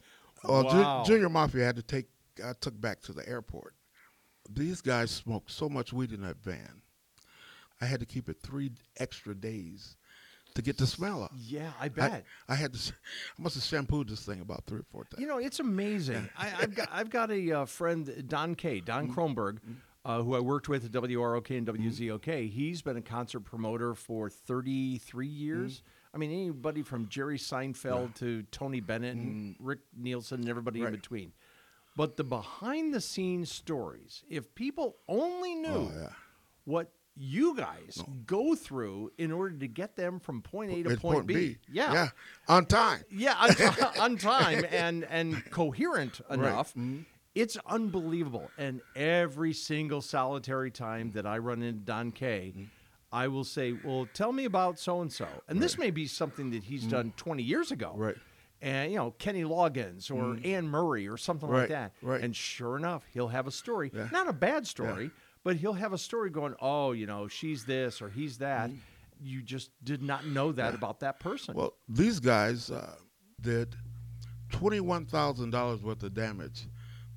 uh, Ju-
Wow.
Junior Mafia had to take. I took back to the airport. These guys smoked so much weed in that van. I had to keep it three extra days to get the smell out.
Yeah, I bet.
I, I had to. s- I must have shampooed this thing about three or four times.
You know, it's amazing. I, I've got I've got a uh, friend Don K.
Mm-hmm.
Don Kronberg, uh, who I worked with at WROK and WZOK. He's been a concert promoter for 33 years.
Mm-hmm.
I mean, anybody from Jerry Seinfeld to Tony Bennett and Rick Nielsen and everybody in
Mm-hmm. Right.
between. But the behind the scenes stories, if people only knew
Oh, yeah.
what you guys go through in order to get them from point A to
It's
point,
point
B.
yeah, on time.
Yeah, on, ti- on time and and coherent enough.
Mm-hmm.
It's unbelievable. And every single solitary time that I run into Don Kay,
Mm-hmm.
I will say, "Well, tell me about so and so." And this may be something that he's done 20 years ago.
Mm-hmm. Right. Mm-hmm.
And you know, Kenny Loggins or Ann Murray or something like
Right,
that.
right.
And sure enough, he'll have a story. Not a bad story, but he'll have a story going, "Oh, you know, she's this or he's that." You just did not know that about that person.
Mm-hmm. Well, these guys uh, did twenty-one thousand dollars worth of damage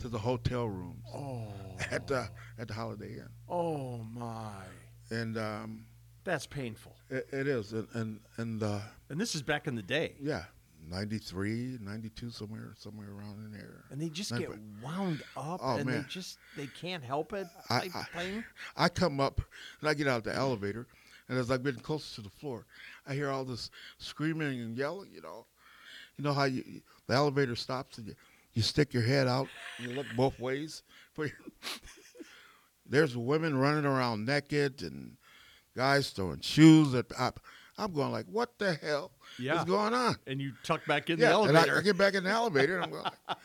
to the hotel rooms at the at the Holiday Inn,
Oh my,
and um,
that's painful.
it, it is, and and, and uh,
And this is back in the day,
yeah, 93, 92, somewhere somewhere around in there.
and they just
Not
get
bad.
wound up,
Oh,
and they
man.
just they can't help it.
I-
type
I-
thing.
I come up and I get out the elevator, and as I'm getting closer to the floor, I hear all this screaming and yelling. You know, you know how you you- the elevator stops and you, you stick your head out, and you look both ways for your, There's women running around naked and guys throwing shoes at. I, I'm going like, what the hell
Yeah.
is going on?
And you tuck back in
yeah,
the
and
elevator.
I, I get back in the elevator and I'm going. like-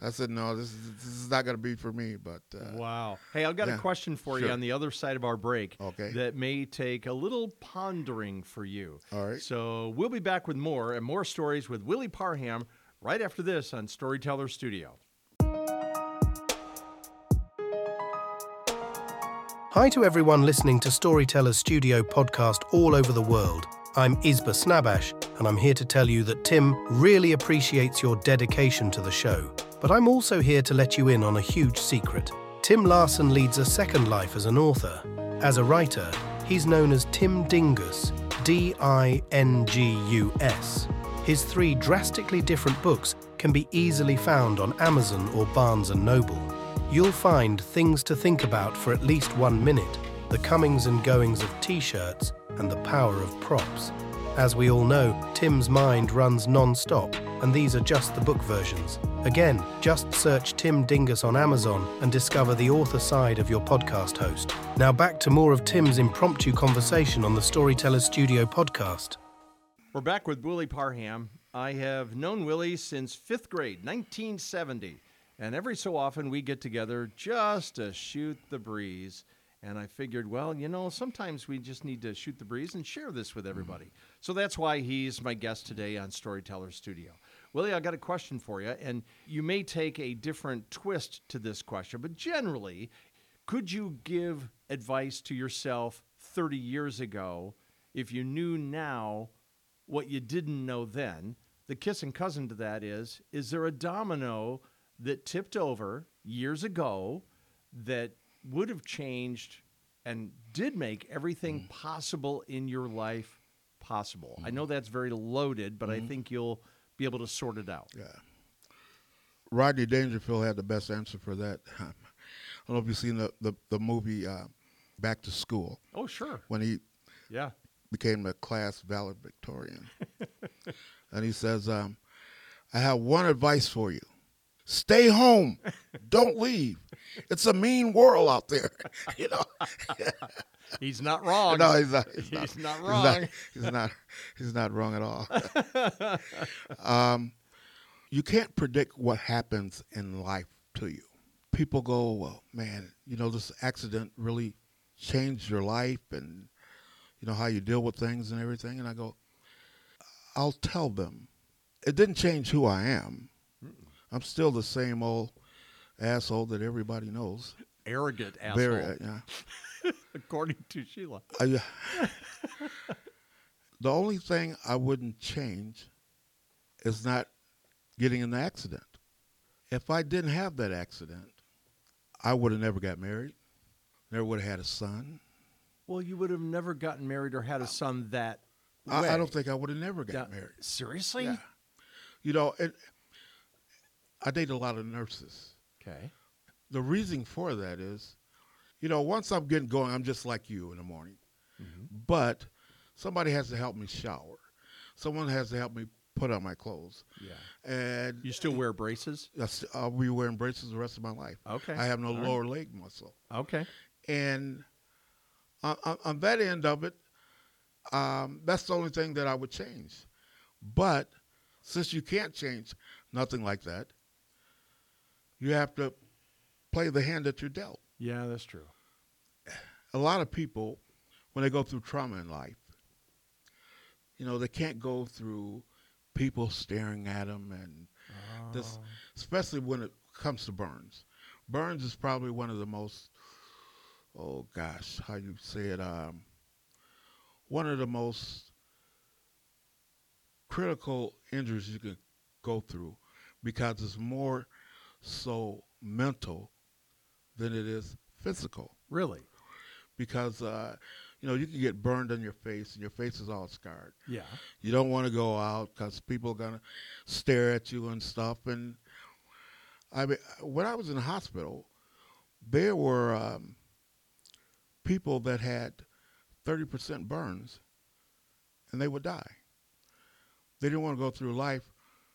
I said, no, this is this is not going to be for me. But uh,
Wow. Hey, I've got a
yeah,
question for you
sure.
on the other side of our break
Okay.
that may take a little pondering for you.
All right.
So we'll be back with more and more stories with Willie Parham right after this on Storyteller Studio.
Hi to everyone listening to Storytellers Studio podcast all over the world. I'm Isba Snabash, and I'm here to tell you that Tim really appreciates your dedication to the show. But I'm also here to let you in on a huge secret. Tim Larson leads a second life as an author. As a writer, he's known as Tim Dingus, D I N G U S. His three drastically different books can be easily found on Amazon or Barnes and Noble. You'll find things to think about for at least one minute the comings and goings of t shirts and the power of props. As we all know, Tim's mind runs non stop, and these are just the book versions. Again, just search Tim Dingus on Amazon and discover the author side of your podcast host. Now back to more of Tim's impromptu conversation on the Storyteller Studio podcast.
We're back with Willie Parham. I have known Willie since fifth grade, 1970. And every so often we get together just to shoot the breeze. And I figured, well, you know, sometimes we just need to shoot the breeze and share this with everybody. So that's why he's my guest today on Storyteller Studio. Willie, I got a question for you. And you may take a different twist to this question, but generally, could you give advice to yourself 30 years ago if you knew now what you didn't know then. The kiss and cousin to that is is there a domino that tipped over years ago that would have changed and did make everything
Mm.
possible in your life possible? I
Mm-hmm.
know that's very loaded, but I think you'll be able to sort it out.
yeah, Rodney Dangerfield had the best answer for that. I don't know if you've seen the the, the movie uh, Back to School
Oh, sure.
when he
Yeah.
became the class valedictorian. and he says, um, I have one advice for you stay home, don't leave. It's a mean world out there. you know,
He's not wrong.
no, he's not, he's not,
He's not wrong.
He's not, he's not, he's not wrong at all. um, you can't predict what happens in life to you. People go, well, man, you know, this accident really changed your life and, you know, how you deal with things and everything. And I go, I'll tell them it didn't change who I am. I'm still the same old asshole that everybody knows.
Arrogant asshole,
Very, uh, yeah.
according to Sheila.
I, the only thing I wouldn't change is not getting in the accident. If I didn't have that accident, I would have never got married, never would have had a son.
Well, you would have never gotten married or had a son that way.
I, I don't think I would have never got
That-
married.
Seriously?
Yeah. You know, it, I date a lot of nurses.
Okay.
The reason for that is, you know, once I'm getting going, I'm just like you in the morning.
Mm-hmm.
But somebody has to help me shower. Someone has to help me put on my clothes.
Yeah.
And
You still wear braces?
that's- uh, I'll be wearing braces the rest of my life.
Okay.
I have no
All right.
lower leg muscle.
Okay.
And on, on- on that end of it, um, that's the only thing that I would change. But since you can't change nothing like that, you have to play the hand that you're dealt.
Yeah, that's true.
a lot of people, when they go through trauma in life, you know, they can't go through people staring at them and this,
Oh.
especially when it comes to burns. Burns is probably one of the most, oh gosh, how you say it, um, one of the most critical injuries you can go through because it's more so mental than it is physical
Really?
because uh, you know you can get burned on your face and your face is all scarred.
Yeah.
You don't want to go out because people are gonna stare at you and stuff. And I mean, when I was in the hospital, there were um, people that had thirty percent burns, and they would die. They didn't want to go through life,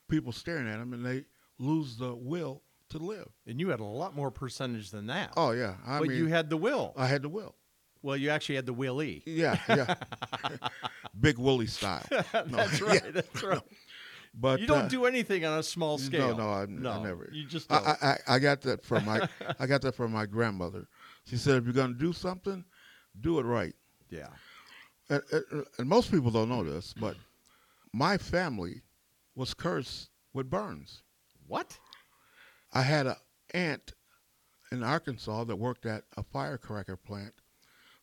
people staring at them, and they lose the will to live.
And you had a lot more percentage than that.
Oh yeah, I
but
mean,
you had the will.
I had the will.
well, you actually had the E. willie.
Yeah, yeah. Big Willie style. No,
That's right. That's right.
But
You don't
uh,
do anything on a small scale.
No, no, I, I never.
You just don't.
I, I, I- I got that from my I got that from my grandmother. She said, if you're gonna do something, do it right.
yeah.
And, and- and most people don't know this, but my family was cursed with burns.
What?
I had an aunt in Arkansas that worked at a firecracker plant.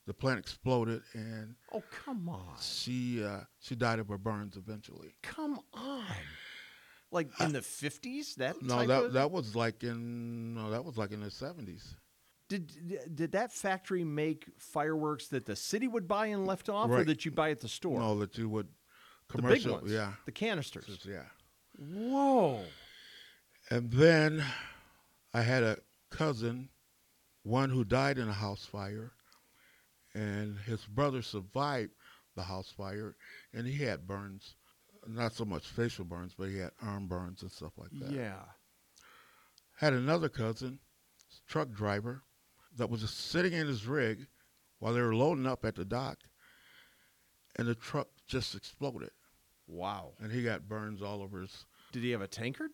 The plant exploded, and
Oh, come on.
she uh, she died of her burns eventually.
Come on. Like in the 50s? That
No,
type
that
of-
that was like in no, that was like in the seventies.
Did did that factory make fireworks that the city would buy and left off, or
Right.
that you buy at the store?
No, that you would
the big
commercial,
ones.
yeah,
The canisters.
Just- yeah.
Whoa.
And then I had a cousin, one who died in a house fire, and his brother survived the house fire, and he had burns, not so much facial burns, but he had arm burns and stuff like that.
Yeah.
Had another cousin, truck driver, that was just sitting in his rig while they were loading up at the dock, and the truck just exploded,
Wow.
and he got burns all over his.
Did he have a tankard?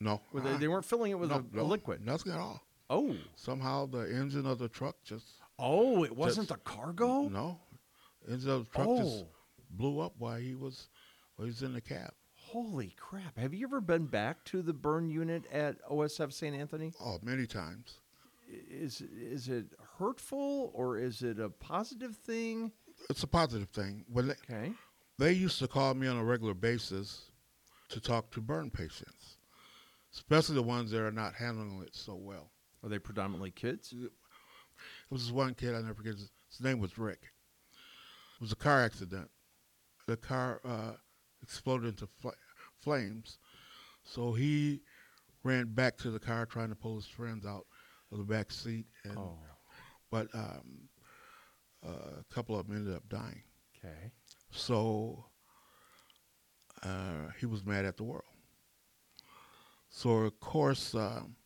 No,
Were they,
uh-uh.
they weren't filling it with
No,
a, a
no,
liquid.
Nothing at all.
Oh.
somehow the engine of the truck just
Oh, it wasn't the
Just-
cargo.
no, engine of the truck just
Oh.
blew up while he was while he was in the cab.
Holy crap! Have you ever been back to the burn unit at OSF St. Anthony?
Oh, many times.
I- Is is it hurtful or is it a positive thing?
It's a positive thing. When they,
Okay.
they used to call me on a regular basis to talk to burn patients, especially the ones that are not handling it so well.
Are they predominantly kids?
There was this one kid I never forget. His, his name was Rick. It was a car accident. The car uh, exploded into fl- flames, so he ran back to the car trying to pull his friends out of the back seat. And,
Oh.
But um, uh, a couple of them ended up dying.
Okay.
So uh, he was mad at the world. So of course, um,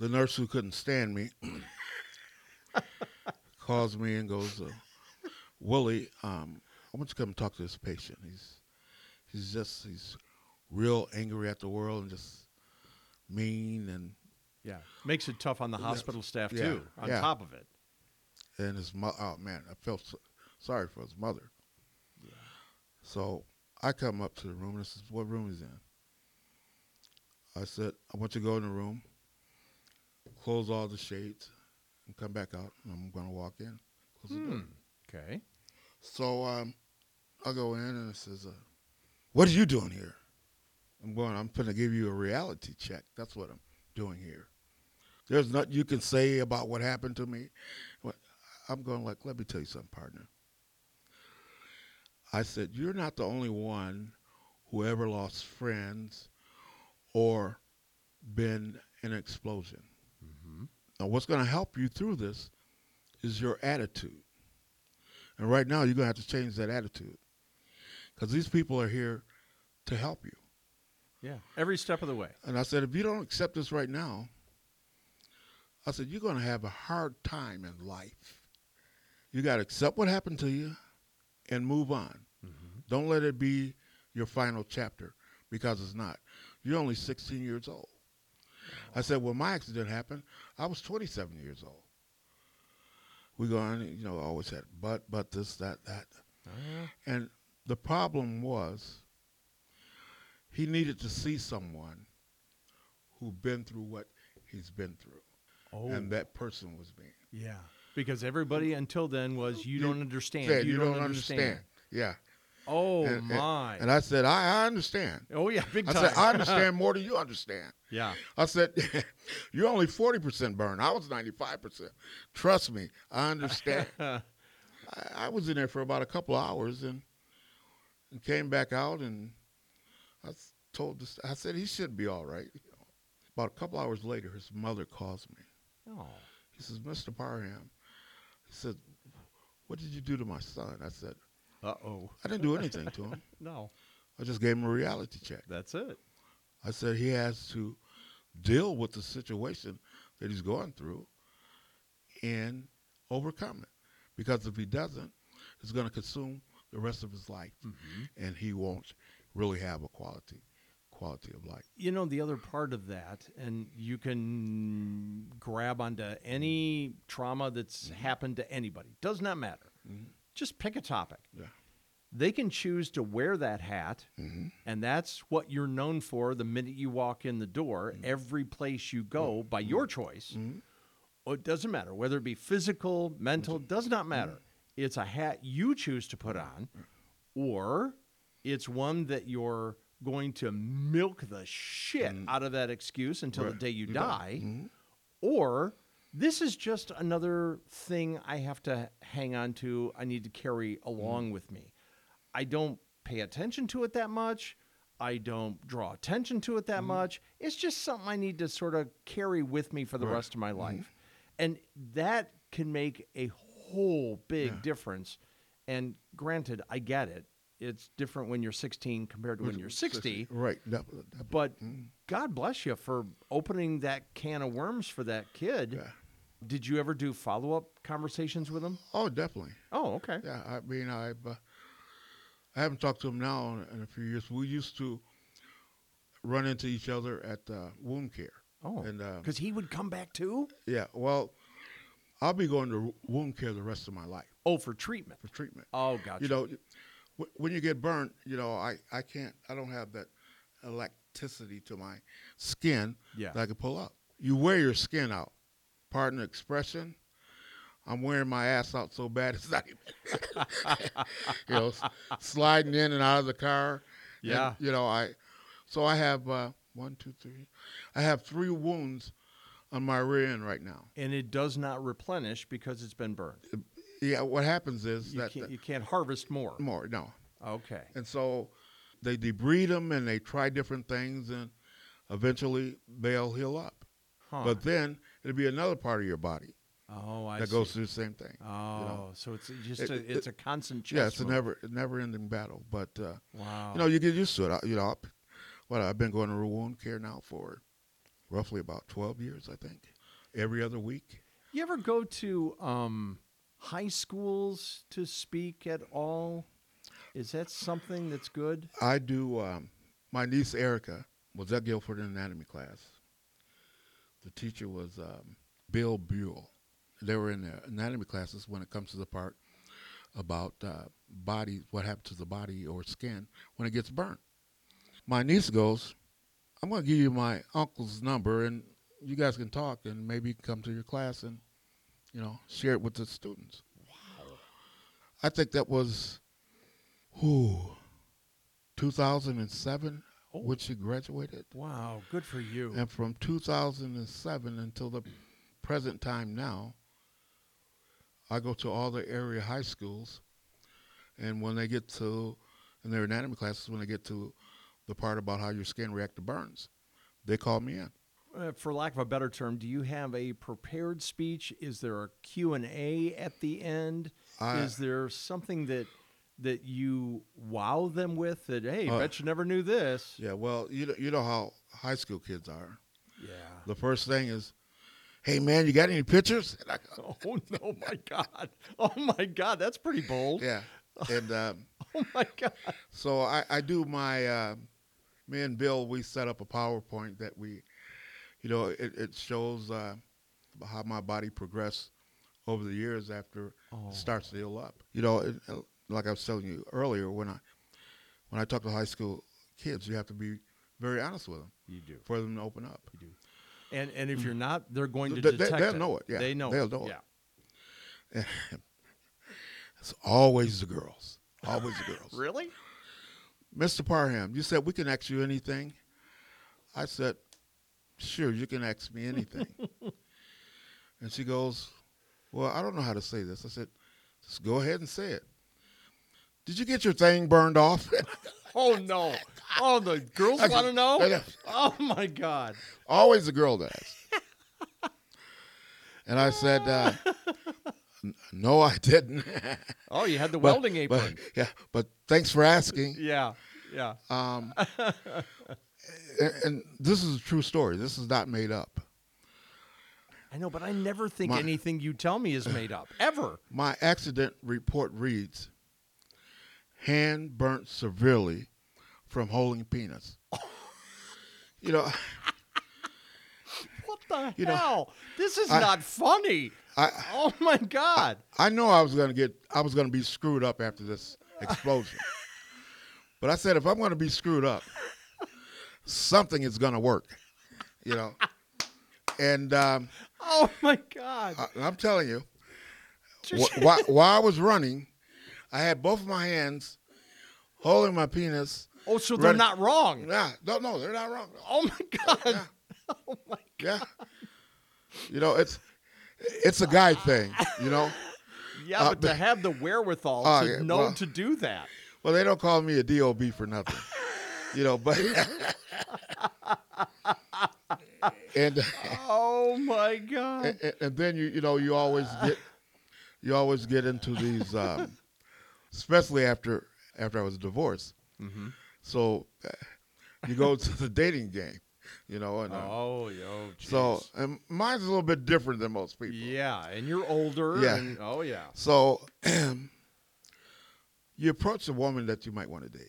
the nurse who couldn't stand me calls me and goes, uh, "Willie, um, I want you to come talk to this patient. He's he's just he's real angry at the world and just mean and
Yeah. Makes it tough on the hospital staff
Yeah.
too. On
Yeah.
top of it.
and his mother. Oh man, I felt so, sorry for his mother. So I come up to the room. This is what room he's in. I said, I want you to go in the room, close all the shades, and come back out. And I'm going to walk in. Close
Hmm.
the door.
Okay.
So um, I go in and it says, uh, "What are you doing here?" I'm going. I'm going to give you a reality check. That's what I'm doing here. There's nothing you can say about what happened to me. What- I'm going like, let me tell you something, partner. I said, you're not the only one who ever lost friends or been in an explosion. Now, what's going to help you through this is your attitude. And right now, you're going to have to change that attitude because these people are here to help you.
Yeah. Every step of the way.
And I said, if you don't accept this right now, I said, you're going to have a hard time in life. You got to accept what happened to you and move on. Don't let it be your final chapter because it's not. You're only 16 years old. I said, when my accident happened, I was 27 years old. We go on, you know, I always had but, but, this, that, that. And the problem was he needed to see someone who'd been through what he's been through.
Oh.
And that person was me.
yeah. Because everybody until then was you, don't understand.
Said, you, don't, understand. Yeah.
Oh
and, and-
my.
and I said, I, I understand.
oh yeah. Big
I
time.
said, I understand more than you understand.
yeah.
I said, you're only 40% burned. I was 95%. Trust me, I understand. I, I was in there for about a couple of hours and, and came back out and I s- told this, I said, he should be all right. About a couple hours later, his mother calls me.
Oh.
He says, Mr. Parham, he said, what did you do to my son? I said,
Uh oh.
I didn't do anything to him.
No.
I just gave him a reality check.
That's it.
I said he has to deal with the situation that he's going through and overcome it. Because if he doesn't, it's going to consume the rest of his life,
Mm-hmm.
and he won't really have a quality quality of life.
You know, the other part of that, and you can grab onto any trauma that's happened to anybody, does not matter. Just pick a topic.
Yeah.
They can choose to wear that hat, and that's what you're known for the minute you walk in the door, every place you go by your choice. Or it doesn't matter whether it be physical, mental, does not matter. It's a hat you choose to put on, or it's one that you're going to milk the shit out of that excuse until the day Mm. you die, Mm-hmm. or this is just another thing I have to hang on to. I need to carry along with me. I don't pay attention to it that much. I don't draw attention to it that much. It's just something I need to sort of carry with me for the rest of my life. And that can make a whole big difference. And granted, I get it. It's different when you're 16 compared to when you're 60.
Right. That- that-
But
Mm.
God bless you for opening that can of worms for that kid.
Yeah.
Did you ever do follow up conversations with him?
oh, definitely.
Oh, okay.
Yeah, I mean, I've uh, I haven't talked to him now in, in a few years. We used to run into each other at uh, wound care.
Oh,
and uh,
because he would come back too.
yeah, well, I'll be going to wound care the rest of my life
Oh, for treatment.
for treatment.
Oh, gotcha.
You know, wh- when you get burnt, you know, I I can't, I don't have that elasticity to my skin
Yeah.
that I can pull up. You wear your skin out. Pardon the expression. I'm wearing my ass out so bad it's not even you know, s- sliding in and out of the car. And,
Yeah.
you know, I, so I have uh, one, two, three. I have three wounds on my rear end right now.
and it does not replenish because it's been burned.
Yeah, what happens is
You
that,
can't,
that
you can't harvest more.
more no,
Okay.
and so they debride them and they try different things, and eventually they'll heal up.
Huh.
But then it'll be another part of your body
oh, I
that
see.
goes through the same thing.
Oh, so it's just
It-
a,
it-
it's a constant chest.
yeah, it's a
wound.
never never ending battle, but. Uh,
Wow.
you know, you get used to it. I, you know, I, well, I've been going to wound care now for roughly about 12 years, I think. Every other week.
You ever go to um, high schools to speak at all? Is that something that's good?
I do, um, my niece Erica was at Guilford in anatomy class. The teacher was um, Bill Buell. They were in the anatomy classes when it comes to the part about uh, body, what happens to the body or skin when it gets burnt. My niece goes, I'm going to give you my uncle's number and you guys can talk and maybe you can come to your class and, you know, share it with the students. Wow. I think that was, whew, 2007 when she graduated.
Wow, good for you.
And from 2007 until the present time now, I go to all the area high schools, and when they get to, in their anatomy classes, when they get to the part about how your skin reacts to burns, they call me in.
Uh, for lack of a better term, do you have a prepared speech? Is there a Q&A at the end?
I-
Is there something that that you wow them with that hey,
Uh,
bet you never knew this?
Yeah, well, you know, you know how high school kids are.
Yeah.
The first thing is, hey man, you got any pictures? And I go,
Oh no, my god. Oh my god, that's pretty bold.
yeah, and. Um,
Oh my god.
So I, I do my, uh, me and Bill, we set up a PowerPoint that we, you know, it, it shows uh, how my body progressed over the years after
Oh.
it starts to heal up. You know, it, uh, like I was telling you earlier, when I, when I talk to high school kids, you have to be very honest with them
You do.
for them to open up. You do.
And and if you're not, they're going to
They- they-
detect
Mm. they'll
it.
know it, yeah.
They know
They'll
it.
know it.
yeah.
It's always the girls, always the girls.
Really?
Mr. Parham, you said we can ask you anything. I said, sure, you can ask me anything. and she goes, well, I don't know how to say this. I said, just go ahead and say it. Did you get your thing burned off?
Oh no. Oh the girls
I-
want to
I
know?
know.
Oh my god.
Always the girl that asks. and I said, uh, "N- no, I didn't.
Oh, you had the
But-
welding
but-
apron.
yeah, but thanks for asking.
yeah. Yeah.
Um, and, Um, and this is a true story. This is not made up.
I know, but I never think
My-
anything you tell me is made up ever.
My accident report reads hand burnt severely from holding peanuts. you know,
What the
You know,
hell? this is
I-
not funny.
I-
oh my god.
I know I was gonna get I was gonna be screwed up after this explosion. but I said if I'm gonna be screwed up, something is gonna work. You know? And um,
oh my god.
I, I'm telling you, wh- while, while I was running, I had both of my hands holding my penis.
oh, so they're
Ready-
not wrong.
Nah, no, no, they're not wrong.
Oh my god. Oh my
Yeah. You know, it's it's a guy thing, you know.
Yeah,
Uh,
but, to
but-
have the wherewithal
Oh,
to
yeah,
know
well-
to do that.
Well, they don't call me a DOB for nothing. You know, but and,
Oh my god.
and and then you you know, you always get you always get into these um, especially after after I was divorced. So uh, you go to the dating game, you know, and uh,
Oh, yo.
so and mine's a little bit different than most people.
yeah, and you're older.
Yeah.
And, oh yeah.
So you approach a woman that you might want to date,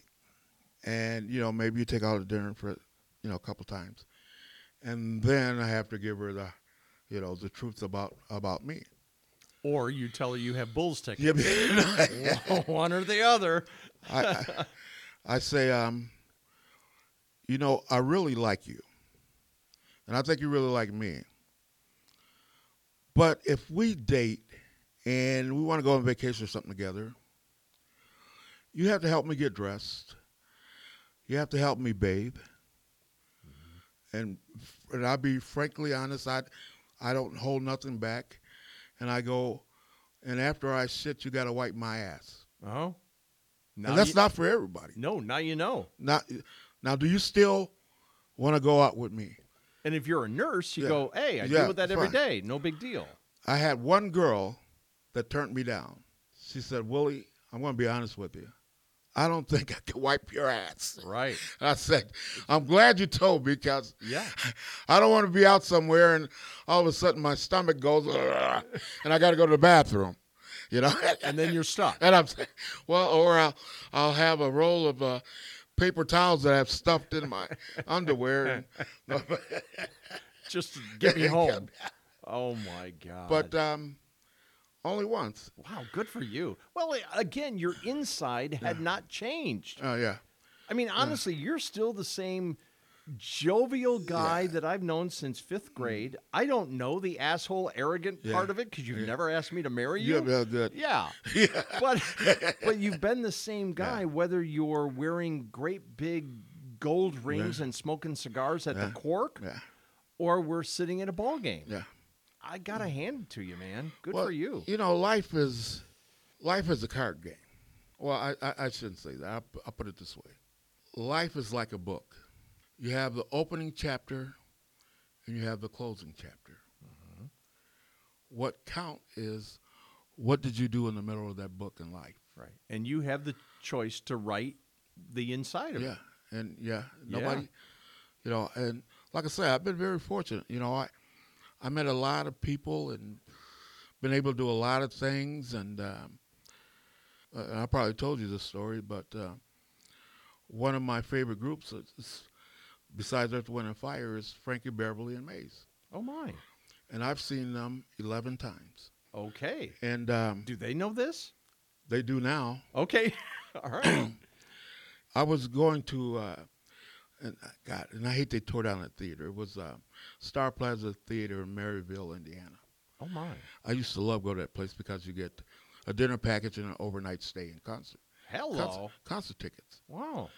and you know maybe you take her out to dinner for you know a couple times, and then I have to give her the you know the truth about about me.
Or you tell her you have bulls tickets.
Yeah, but-
One or the other.
I, I, I say, um, you know, I really like you, and I think you really like me. But if we date and we want to go on vacation or something together, you have to help me get dressed. You have to help me bathe.
Mm-hmm.
And and I'll be frankly honest, I I don't hold nothing back. And I go, and after I shit, you gotta wipe my ass.
Oh. Now
And that's
you-
not for everybody.
No, now you know.
Now, now, do you still want to go out with me?
And if you're a nurse, you
Yeah.
go, hey, I deal
Yeah,
with that every
fine.
day. No big deal.
I had one girl that turned me down. She said, Willie, I'm going to be honest with you. I don't think I can wipe your ass.
Right.
I said, I'm glad you told me because
Yeah.
I don't want to be out somewhere and all of a sudden my stomach goes and I got to go to the bathroom, you know?
And then you're stuck.
And I'm saying, well, or I'll, I'll have a roll of uh, paper towels that I've stuffed in my underwear. And,
Just to get me home. Oh my god.
but um, only once.
wow, good for you. Well, again, your inside had not changed.
Oh yeah,
I mean, honestly, you're still the same jovial guy that I've known since fifth grade. I don't know the asshole, arrogant
Yeah.
part of it because you've never asked me to marry you.
Yeah, yeah, good.
Yeah. But but you've been the same guy whether you're wearing great big gold rings and smoking cigars at the Quark,
yeah,
or we're sitting at a ball game.
yeah.
I gotta hand it to you, man. Good
Well,
for you.
You know, life is life is a card game. Well, I I, I shouldn't say that. I, I'll put it this way: life is like a book. You have the opening chapter, and you have the closing chapter.
Mm-hmm.
What count is what did you do in the middle of that book in life?
Right. And you have the choice to write the inside of
Yeah,
it.
and yeah,
Yeah.
nobody, you know, and like I said, I've been very fortunate. You know, I I met a lot of people and been able to do a lot of things, and um, uh, and I probably told you this story, but uh, one of my favorite groups, is- is, besides Earth, Wind, and Fire, is Frankie Beverly and Maze,
Oh my.
and I've seen them eleven times,
Okay.
and um,
Do they know this?
they do now.
Okay. All right.
I was going to, uh, and uh, God, and I hate they tore down the theater. It was uh, Star Plaza Theater in Maryville, Indiana.
oh my.
I used to love go to that place because you get a dinner package and an overnight stay and concert
Hello.
concert, concert tickets.
Wow.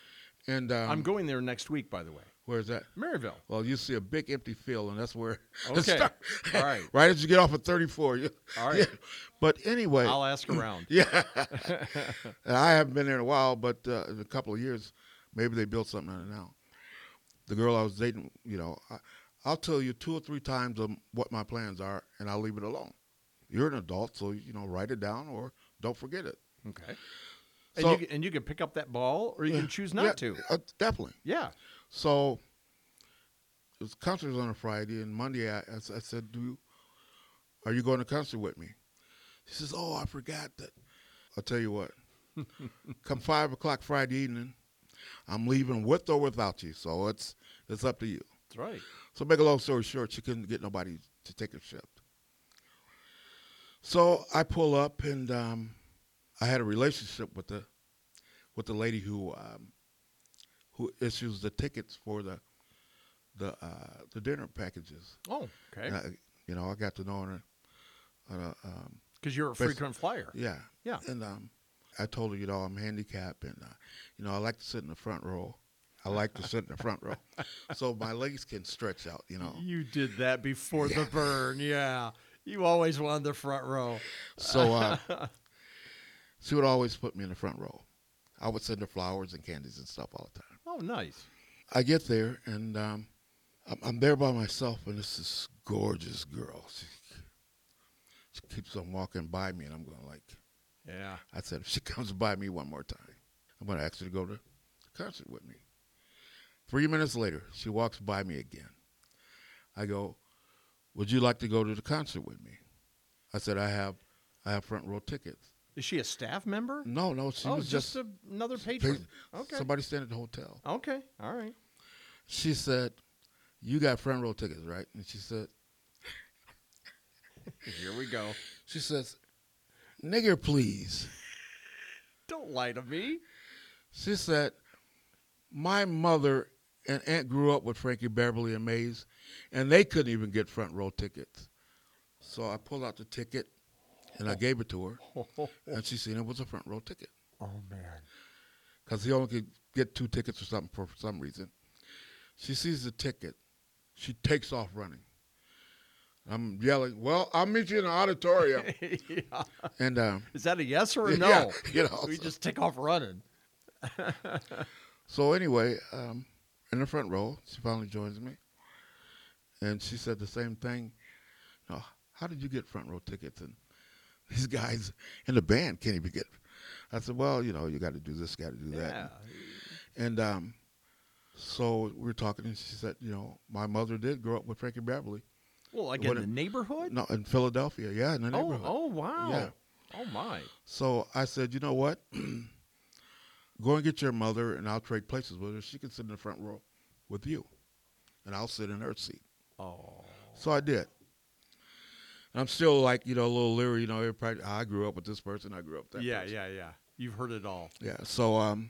And um,
I'm going there next week, by the way.
Where's that?
Maryville.
Well, you see a big empty field, and that's where. the
Okay.
Star-
All right.
right as you get off of 34. You,
All right.
yeah. But anyway,
I'll ask around.
yeah, And I haven't been there in a while, but uh, in a couple of years, maybe they built something out of it now. The girl I was dating, you know, I, I'll tell you two or three times um, what my plans are, and I'll leave it alone. You're an adult, so you know, write it down or don't forget it.
Okay. and,
So-
you, can- and you can pick up that ball or you can choose not
Yeah,
to.
uh, definitely.
Yeah.
So it was concert was on a Friday, and Monday I, I s- I said, "Do you, are you going to concert with me?" She says, "Oh, I forgot that." I'll tell you what. come five o'clock Friday evening, I'm leaving with or without you. So it's it's up to you.
That's right.
So make a long story short, she couldn't get nobody to take her shift. So I pull up, and um, I had a relationship with the with the lady who um, who issues the tickets for the the uh, the dinner packages.
Oh,
And
okay.
I, you know, I got to know her. Uh, um,
Because you're a
Basi-
frequent flyer.
yeah,
Yeah.
And um, I told her, you know, I'm handicapped, and uh, you know, I like to sit in the front row. I like to sit in the front row, so my legs can stretch out. You know,
You did that before the burn. Yeah. You always wanted the front row.
So uh, she would always put me in the front row. I would send her flowers and candies and stuff all the time.
Oh, nice.
I get there and um, I'm, I'm there by myself, and this is gorgeous girl. She, she keeps on walking by me, and I'm going like,
Yeah.
I said, if she comes by me one more time, I'm going to ask her to go to the concert with me. Three minutes later, she walks by me again. I go, would you like to go to the concert with me? I said, I have, I have front row tickets.
Is she a staff member?
No, no, she
oh,
was
just,
just,
a- another
pa-
patron. Okay.
somebody staying at the hotel.
Okay. All right.
She said, "You got front row tickets, right?" And she said,
Here we go.
"She says, nigger, please."
Don't lie to me.
She said, "My mother and aunt grew up with Frankie Beverly and Mays, and they couldn't even get front row tickets." So I pulled out the ticket, and I gave it to her,
Oh,
and she said it was a front row ticket
man.
because he only could get two tickets or something for some reason. She sees the ticket. She takes off running. I'm yelling, "Well, I'll meet you in the auditorium."
yeah.
and um,
Is that a yes or a no?
yeah, you know.
we
so,
just take off running.
so anyway, um, in the front row, she finally joins me, and she said the same thing. You know, how did you get front row tickets? And these guys in the band can't even get. I said, well, you know, you got to do this, got to do that.
Yeah.
And um, so we were talking, and she said, you know, my mother did grow up with Frankie Beverly.
Well, like in
What
the
a-
neighborhood?
No, in Philadelphia, yeah, in the
oh,
neighborhood.
oh, wow.
Yeah.
Oh, my.
So I said, you know what? Go and get your mother, and I'll trade places with her. She can sit in the front row with you, and I'll sit in her seat.
Oh.
So I did. And I'm still like, you know, a little leery, you know, everybody, I grew up with this person, I grew up with that
yeah,
person.
yeah, yeah. You've heard it all.
Yeah. So um,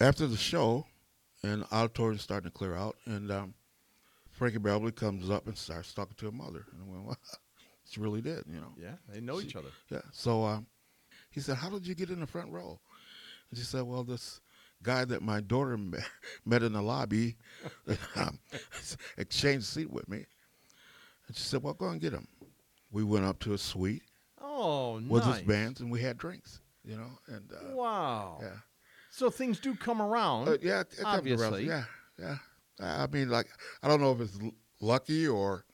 after the show, and auditorium's starting to clear out, and um, Frankie Beverly comes up and starts talking to her mother. And I went, wow, she really did, you know.
Yeah, they know each other.
Yeah. So um, he said, "How did you get in the front row?" And she said, "Well, this guy that my daughter met, met in the lobby um, exchanged seat with me." And she said, "Well, go and get him." We went up to his suite
Oh, nice.
with his bands, and we had drinks. You know, and uh,
Wow.
yeah,
So things do come around.
Uh, yeah, it comes around.
obviously.
yeah, yeah. I I mean, like, I don't know if it's l- lucky or,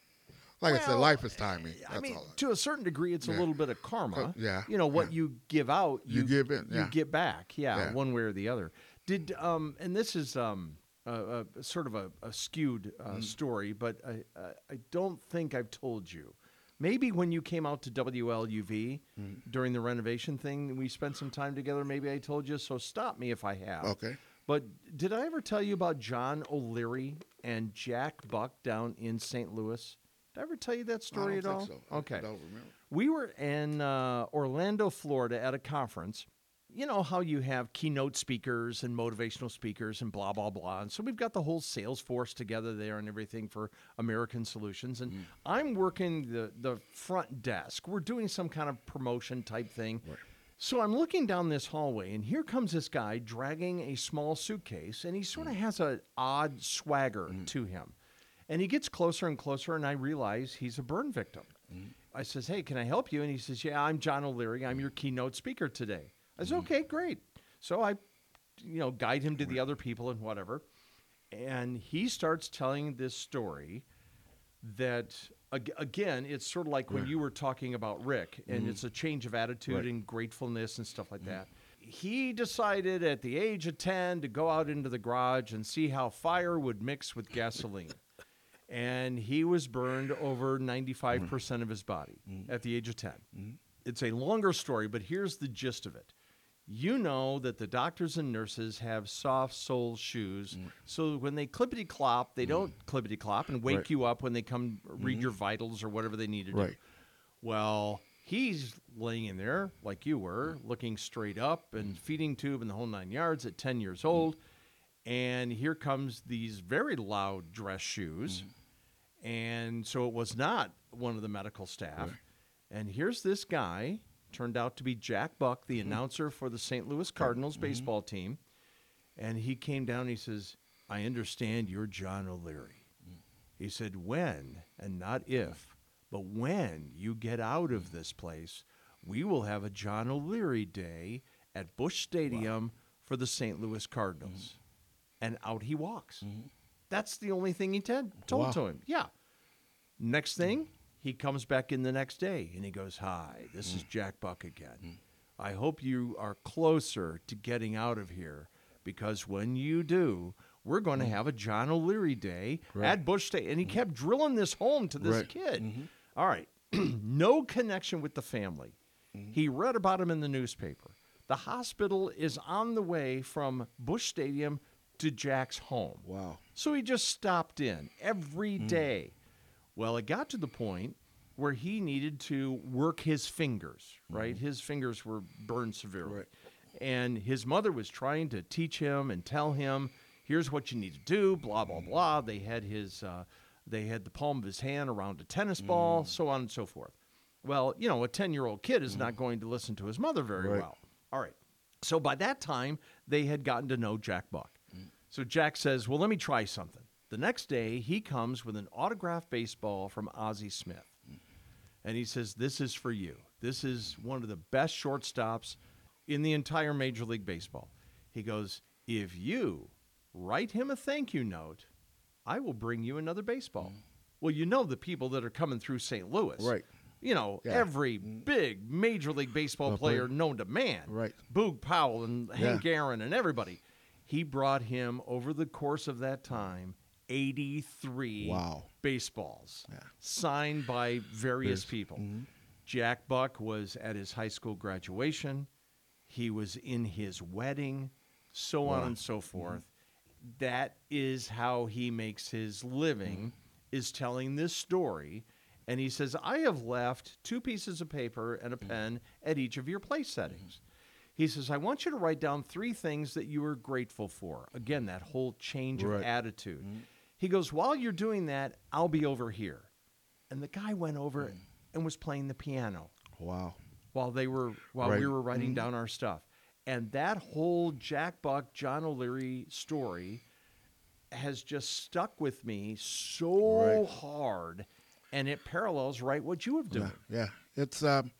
like I said,
Well,
life is timing. That's
I mean,
all.
to a certain degree, it's a
Yeah.
little bit of karma.
Uh, yeah,
You know, what
yeah.
you give out,
You
you,
give in, yeah.
You get back. Yeah,
Yeah.
one way or the other. Did um, and this is um, a, a sort of a, a skewed uh,
Mm.
story, but I, I I don't think I've told you. Maybe when you came out to WLUV
Mm.
during the renovation thing, we spent some time together. Maybe I told you. So stop me if I have.
Okay.
But did I ever tell you about John O'Leary and Jack Buck down in St. Louis? Did I ever tell you that
I don't
story
think
at all?
so. I
Okay.
don't remember.
We were in uh, Orlando, Florida at a conference. You know how you have keynote speakers and motivational speakers and blah, blah, blah. And so we've got the whole sales force together there and everything for American Solutions. And I'm working the, the front desk. We're doing some kind of promotion type thing. So I'm looking down this hallway, and here comes this guy dragging a small suitcase, and he sort of has an odd swagger to him. And he gets closer and closer, and I realize he's a burn victim. I says, Hey, can I help you? And he says, Yeah, I'm John O'Leary. I'm your keynote speaker today. I said, Okay, great. So I, you know, guide him to the other people and whatever. And he starts telling this story that ag- again it's sort of like when you were talking about rick and it's a change of attitude
Right.
and gratefulness and stuff like that he decided at the age of 10 to go out into the garage and see how fire would mix with gasoline and he was burned over
Mm.
95% of his body at the age of 10. It's a longer story, but here's the gist of it. You know that the doctors and nurses have soft sole shoes,
Mm.
so when they clippity clop, they don't clippity clop and wake
Right. Mm.
you up when they come read your vitals or whatever they need to do.
Right.
Well, he's laying in there like you were,
Mm.
looking straight up and feeding tube and the whole nine yards at 10 years old.
Mm.
And here comes these very loud dress
Mm.
shoes. And so it was not one of the medical staff. And here's this guy, turned out to be Jack Buck, the announcer for the St. Louis Cardinals baseball team. And he came down and he says, I understand you're John O'Leary. He said, When, and not if, but when you get out of this place, we will have a John O'Leary day at Bush Stadium for the St. Louis Cardinals. And out he walks. That's the only thing he did, told
Wow.
to him. Yeah. Next thing, he comes back in the next day and he goes, Hi, this
Mm.
is Jack Buck again. I hope you are closer to getting out of here because when you do, we're going to
Mm.
have a John O'Leary day at Bush State. And he kept drilling this home to this
Right. Mm-hmm.
kid. All right. no connection with the family.
Mm.
He read about him in the newspaper. The hospital is on the way from Bush Stadium to Jack's home.
Wow.
So he just stopped in every
Hmm.
day. Well, it got to the point where he needed to work his fingers, right? His fingers were burned severely.
Hmm. Right.
And his mother was trying to teach him and tell him, here's what you need to do, blah,
Hmm.
blah, blah. They had his, uh, they had the palm of his hand around a tennis
Hmm.
ball, so on and so forth. Well, you know, a 10 year old kid is not going to listen to his mother very
Hmm. Right.
well. All right. So by that time, they had gotten to know Jack Buck. So Jack says, Well, let me try something. The next day, he comes with an autographed baseball from Ozzie Smith. And he says, This is for you. This is one of the best shortstops in the entire Major League Baseball. He goes, If you write him a thank you note, I will bring you another baseball. Well, you know the people that are coming through St. Louis.
Right.
You know,
Yeah.
every big Major League Baseball
Well,
player
play-
known to man.
Right.
Boog Powell and Hank
Yeah.
Aaron and everybody. He brought him over the course of that time 83
Wow.
baseballs
Yeah. mm-hmm.
signed by various people. Jack Buck was at his high school graduation, he was in his wedding, so on and so forth. That is how he makes his living is telling this story and he says I have left two pieces of paper and a pen at each of your place settings. He says I want you to write down three things that you are grateful for. Again, that whole change of
Right.
attitude. He goes, While you're doing that, I'll be over here. And the guy went over and was playing the piano
Wow.
while they were while we
Right. Mm-hmm.
were writing down our stuff. And that whole Jack Buck, John O'Leary story has just stuck with me so
Right.
hard. And it parallels right what you have done.
Yeah, yeah. It's um,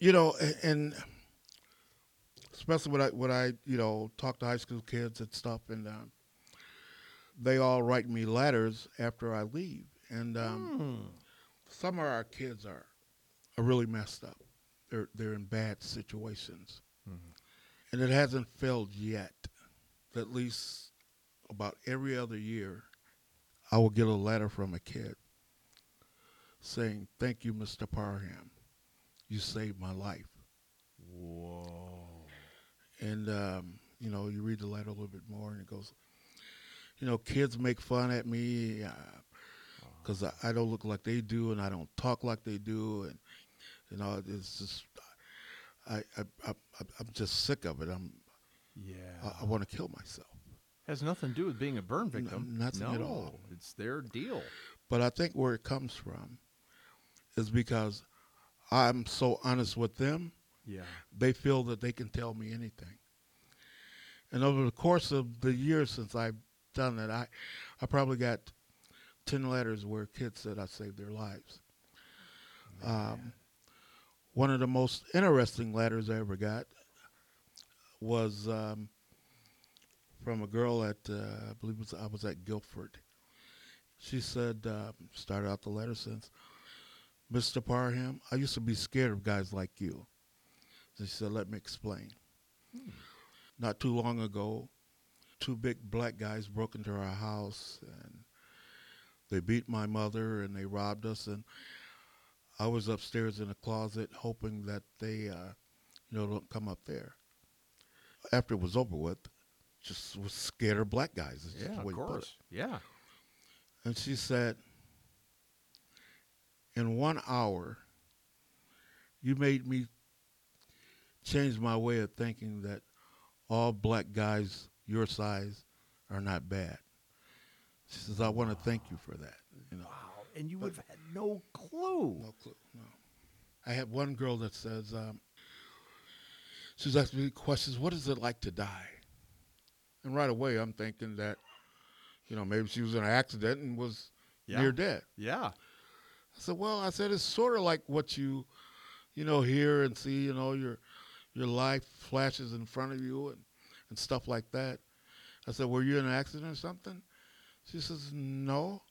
you know, a- and especially when I when I you know talk to high school kids and stuff, and um, they all write me letters after I leave, and
Hmm.
um, some of our kids are are really messed up. They're they're in bad situations, and it hasn't failed yet. At least about every other year, I will get a letter from a kid saying, Thank you, Mr. Parham. You saved my life.
Whoa.
And, um, you know, you read the letter a little bit more, and it goes, You know, kids make fun at me because I, I don't look like they do, and I don't talk like they do. And, you know, it's just, I, I, I, I- I'm just sick of it. I'm,
Yeah.
I, I want to kill myself.
Has nothing to do with being a burn victim.
nothing
no,
at all.
It's their deal.
But I think where it comes from is because I'm so honest with them
Yeah.
they feel that they can tell me anything. And over the course of the years since I've done that, I, I probably got 10 letters where kids said I saved their lives. Um, one of the most interesting letters I ever got was um, from a girl at, uh, I believe it was, I was at Guilford. She said, uh, started out the letter since, Mr. Parham, I used to be scared of guys like you. And she said, Let me explain.
Hmm.
Not too long ago, two big black guys broke into our house and They beat my mother and they robbed us. And I was upstairs in a closet hoping that they, uh, you know, don't come up there. After it was over with, just was scared of black guys. It's just
Yeah,
the
of
way you put it.
course. Yeah.
And she said, In one hour, you made me change my way of thinking that all black guys your size are not bad. She says, I want to thank you for that. You know,
Wow. And you would have had no clue.
no clue. No. I had one girl that says, um, she's asking me questions, what is it like to die? And right away, I'm thinking that, you know, maybe she was in an accident and was
Yeah.
near dead.
Yeah.
I said, "Well, I said it's sort of like what you, you know, hear and see. You know, your your life flashes in front of you and and stuff like that." I said, "Were you in an accident or something?" She says, "No."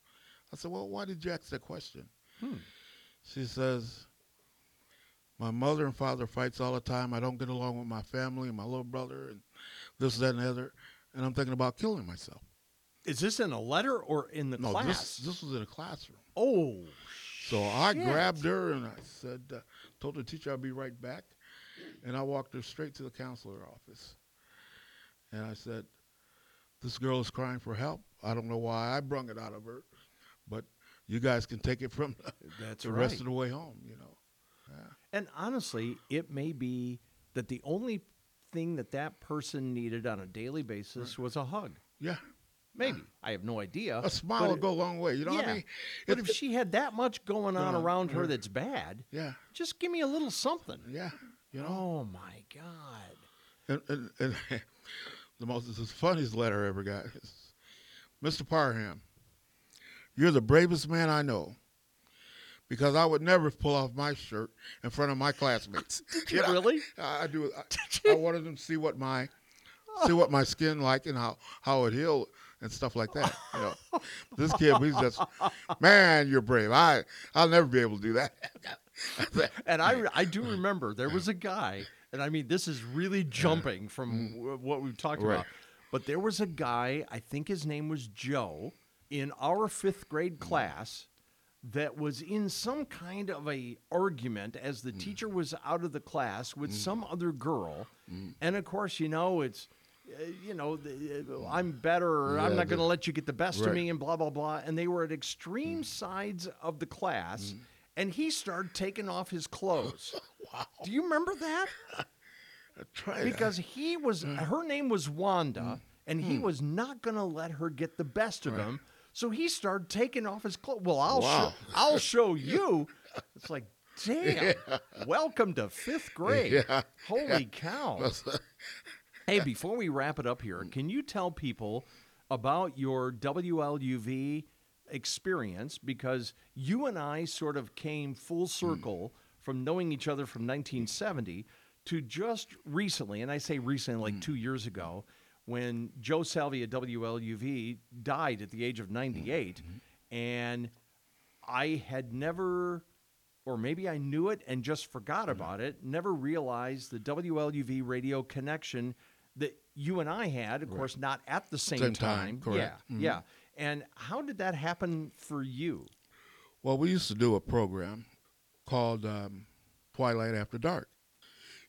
I said, "Well, why did you ask that question?"
Hmm.
She says, "My mother and father fights all the time. I don't get along with my family and my little brother and this, that, and the other." And I'm thinking about killing myself.
Is this in a letter or in the
No,
class?
this this was in a classroom.
oh,
So I
Shit.
grabbed her and I said, uh, told the teacher I'd be right back. And I walked her straight to the counselor office. And I said, This girl is crying for help. I don't know why I brung it out of her, but you guys can take it from the,
that's
the
right.
rest of the way home, you know.
and honestly, it may be that the only thing that that person needed on a daily basis was a hug.
Yeah.
Maybe I have no idea.
A smile
Uh, but
will
it-
go a long way. You know what
yeah.
I mean?
But
It-
if she had that much going on
Uh,
around her
yeah.
that's bad,
yeah.
just give me a little something.
Yeah. You know?
Oh my God.
And, and, and the most the funniest letter I ever got is Mr. Parham, you're the bravest man I know. Because I would never pull off my shirt in front of my classmates. Did
you really?
I, I do. I, I wanted them to see what my see what my skin like and how how it healed and stuff like that. You know, this kid, he's just man. You're brave. I I'll never be able to do that.
And I, I do remember there was a guy, and I mean, this is really jumping from w- what we've talked
Mm. Right.
about, but there was a guy, I think his name was Joe, in our fifth
Mm.
grade class that was in some kind of a argument as
Mm.
the teacher was out of the class with some other girl
Mm.
and of course you know it's uh, you know the, uh, i'm better or i'm not
Yeah, the-
going to let you get the best of
Right.
me and blah blah blah and they were at extreme sides of the class and he started taking off his clothes wow do you remember that
Try that.
because he was her name was Wanda, and he was not going to let her get the best of him. So he started taking off his clothes. Well, I'll
Wow.
show, I'll show you. It's like, damn. Welcome to fifth grade.
Yeah.
Holy cow. hey, before we wrap it up here, can you tell people about your WLUV experience because you and I sort of came
Hmm.
full circle from knowing each other from 1970 to just recently, and I say recently,
Hmm.
like two years ago, when Joe Salvi at WLUV died at the age of 98,
Mm-hmm.
and I had never, or maybe I knew it and just forgot about it, never realized the WLUV radio connection that you and I had, of course, not at the same,
Same time, correct. Mm-hmm.
Yeah, yeah. And how did that happen for you?
Well, we used to do a program called um, Twilight After Dark.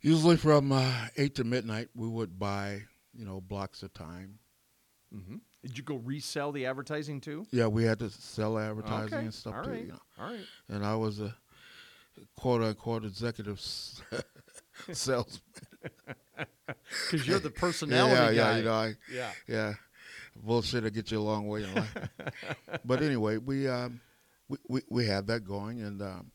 Usually from uh, 8 to midnight, we would buy, you know, blocks of time.
Mm-hmm. Did you go resell the advertising too?
Yeah, we had to sell advertising
Okay,
and stuff
all
too.
right,
You know.
All right.
And I was a quote unquote executive s- salesman.
Because you're the personality
yeah,
guy.
yeah, you know, I,
yeah.
yeah, bullshit will get you a long way in life. but anyway, we, um, we we we had that going, and um,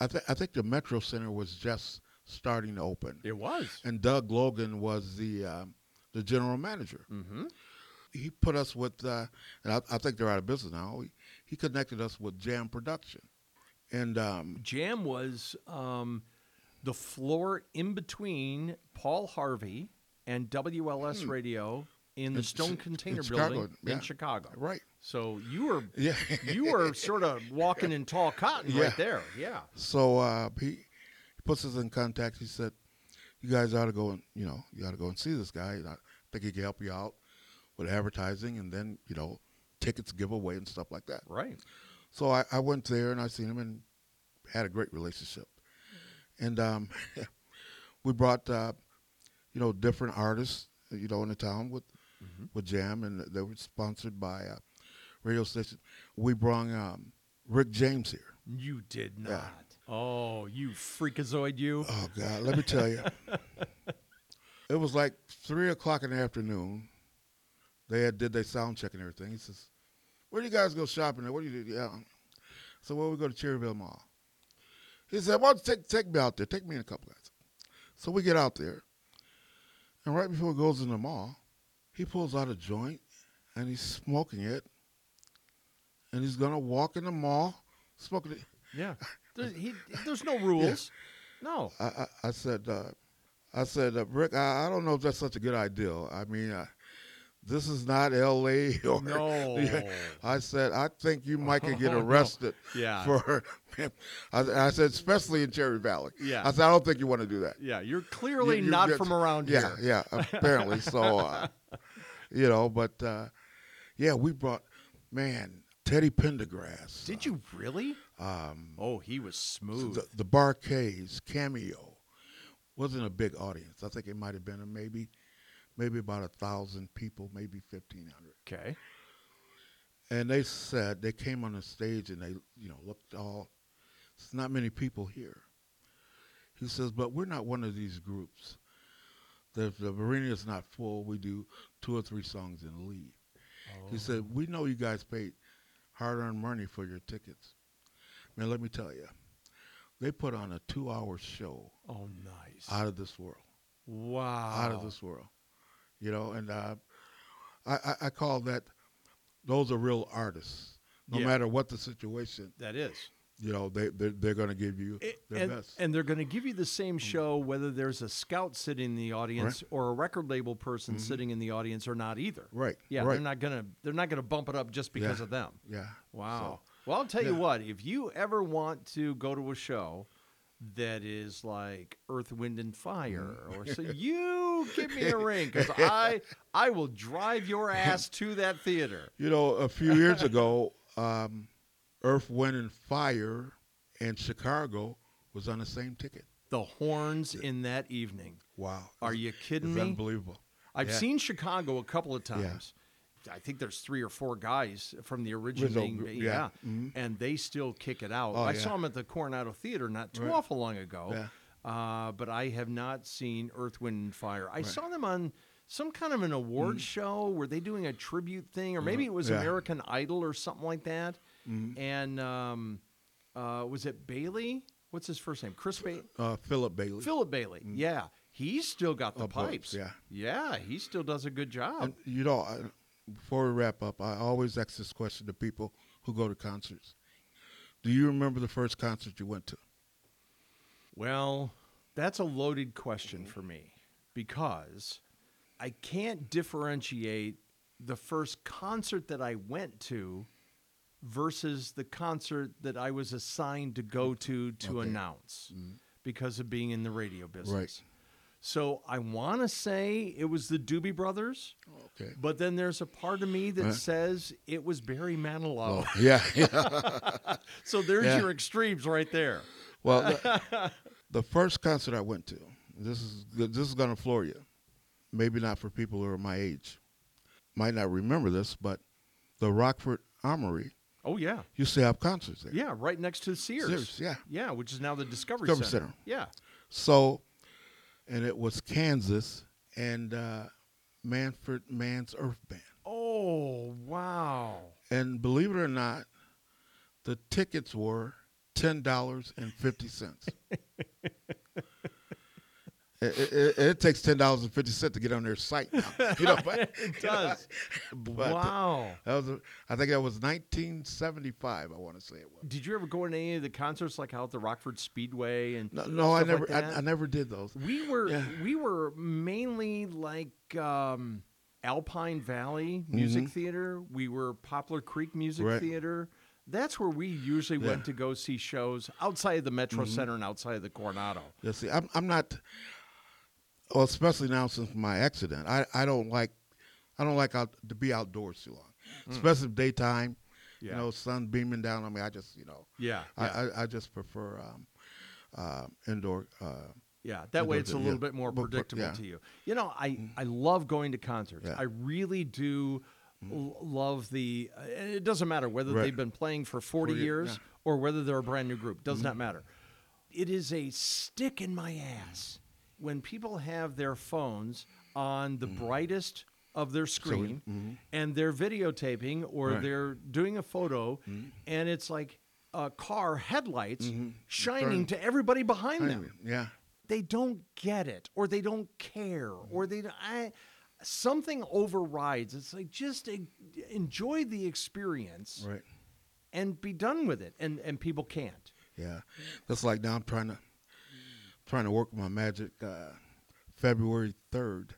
I think I think the Metro Center was just starting to open.
It was.
and Doug Logan was the um, the general manager.
Mm-hmm.
He put us with, uh, and I, I think they're out of business now. He, he connected us with Jam Production, and um,
Jam was um, the floor in between Paul Harvey and WLS Radio in the
Hmm. In
Stone
Chi-
Container
in Chicago,
Building
yeah.
in Chicago.
right,
So you were
yeah.
you were sort of walking in tall cotton
Yeah.
right there. Yeah.
so uh, he, he puts us in contact. He said, "You guys ought to go and you know you ought to go and see this guy. And I think he can help you out with advertising, and then you know tickets give away and stuff like that.
Right.
So I, I went there and I seen him and had a great relationship. And um, we brought, uh, you know, different artists, you know, in the town with with Jam, and they were sponsored by uh, radio station. We brought um, Rick James here.
You did not. Oh, you freakazoid, you.
Oh God, let me tell you, it was like three o'clock in the afternoon. They had did their sound check and everything. He says, "Where do you guys go shopping? At? What do you do?" Yeah. So well, we go to Cherryville Mall. He said, "Why don't you take take me out there? Take me and a couple guys." So we get out there, and right before he goes in the mall, he pulls out a joint and he's smoking it, and he's gonna walk in the mall smoking it.
Yeah. There's, he, there's no rules. No.
I, I, I said, uh, I said, uh, Rick, I, I don't know if that's such a good idea. I mean, uh, this is not L.A. or
No. Oh,
I said, I think you might could get arrested.
Yeah.
For I, I said, especially in Cherry Valley.
Yeah.
I said, I don't think you want to do that.
Yeah, you're clearly
You- you-
not
you-
from around
yeah,
here.
Yeah, apparently. so, uh, you know, but uh, yeah, we brought man Teddy Pendergrass.
Did you really? Um, oh, he was smooth.
the, the Barcades cameo wasn't a big audience. I think it might have been a maybe, maybe about a thousand people, maybe fifteen hundred.
okay.
And they said they came on the stage and they, you know, looked all. It's not many people here. He says, but we're not one of these groups. that If the arena is not full, we do two or three songs and leave.
Oh.
He said, we know you guys paid hard-earned money for your tickets. Man, let me tell you, they put on a two-hour show
Oh, nice.
out of this world,
wow.
out of this world. You know, and uh, I, I, I call that those are real artists. No
Yeah.
matter what the situation,
That is.
you know, they they're, they're going to give you their
and,
best. Mm.
and they're going to give you the same show whether there's a scout sitting in the audience or a record label person sitting in the audience or not either.
Mm-hmm. Right,
Yeah,
right.
they're not going to they're not going to bump it up just because of them.
yeah.
Wow. well, I'll tell you what, if you ever want to go to a show that is like Earth, Wind, and Fire,
Mm-hmm.
or so, you give me a ring because I, I will drive your ass to that theater.
You know, a few years ago, um, Earth, Wind, and Fire and Chicago was on the same ticket.
The horns in that evening.
Wow.
Are you kidding
it's
me?
unbelievable.
I've
Yeah.
seen Chicago a couple of times. I think there's three or four guys from the
Original
originating,
group,
yeah,
yeah. Mm-hmm.
and they still kick it out.
Oh,
I
yeah.
saw them at the Coronado Theater not too awful long ago, uh, but I have not seen Earth, Wind, and Fire. I saw them on some kind of an award show. Were they doing a tribute thing, or maybe it was
Mm. Mm-hmm. Yeah. Mm-hmm.
American Idol or something like that? And um, uh, was it Bailey? What's his first name? Chris Bailey.
Uh, Philip Bailey.
Philip Bailey. Yeah, he's still got the
Mm. Oh,
pipes.
pipes, yeah.
yeah, he still does a good job.
And, you know, I, before we wrap up, I always ask this question to people who go to concerts. Do you remember the first concert you went to?
well, that's a loaded question for me because I can't differentiate the first concert that I went to versus the concert that I was assigned to go to to announce
Mm.
because of being in the radio business. So I want to say it was the Doobie Brothers.
Okay.
But then there's a part of me that
Uh-huh.
says it was Barry Manilow.
Oh, Yeah. yeah.
So there's
Yeah.
your extremes right there.
Well, the, the first concert I went to, this is this is gonna floor you. Maybe not for people who are my age, might not remember this, but the Rockford Armory
Oh yeah,
used to have concerts there.
yeah, right next to Sears.
Sears, yeah.
yeah, which is now the Discovery,
Discovery
Center.
Center.
Yeah,
So, and it was Kansas and uh, Manfred Mann's Earth Band.
Oh wow!
And believe it or not, the tickets were ten dollars and fifty cents. it, it- it- it takes ten dollars and fifty cents to get on their site. Now. You know, but,
It does.
but uh,
wow.
That was, I think that was 1975. I want to say it was.
Did you ever go to any of the concerts like out at the Rockford Speedway and?
No, no I
stuff
never,
like that?
I, I never did those.
we were
Yeah.
we were mainly like um, Alpine Valley Music Theater. We were Poplar Creek Music
Mm-hmm. Right.
Theater. That's where we usually went to go see shows outside of the Metro
Mm-hmm.
Center and outside of the Coronado.
Yeah, see, I'm, I'm not. Well, especially now since my accident, I, I don't like, I don't like out to be outdoors too long. especially daytime.
Mm. Yeah.
You know, sun beaming down on me. I just, you know,
Yeah,
I,
yeah.
I, I just prefer um, uh, indoor. Uh,
Yeah, that way
Indoor
it's a
too,
little
yeah.
bit more
But- but-
predictable
yeah. Mm.
to you. You know, I I love going to concerts.
Yeah. Mm.
I really do l- love the. uh, and It doesn't matter whether
Right.
they've been playing for forty,
Forty,
years
yeah. Mm-hmm.
or whether they're a brand new group. Does not matter. It is a stick in my ass when people have their phones on the
Mm.
brightest of their screen and they're videotaping or
mm-hmm. Right. Mm.
they're doing a photo and it's like a car headlights
Mm-hmm.
shining to everybody behind them
yeah.
they don't get it or they don't care
Mm-hmm.
or they don't- I, something overrides it's like just e- enjoy the experience
Right.
and be done with it and and people can't
Yeah, that's like now I'm trying to trying to work my magic. Uh, February third,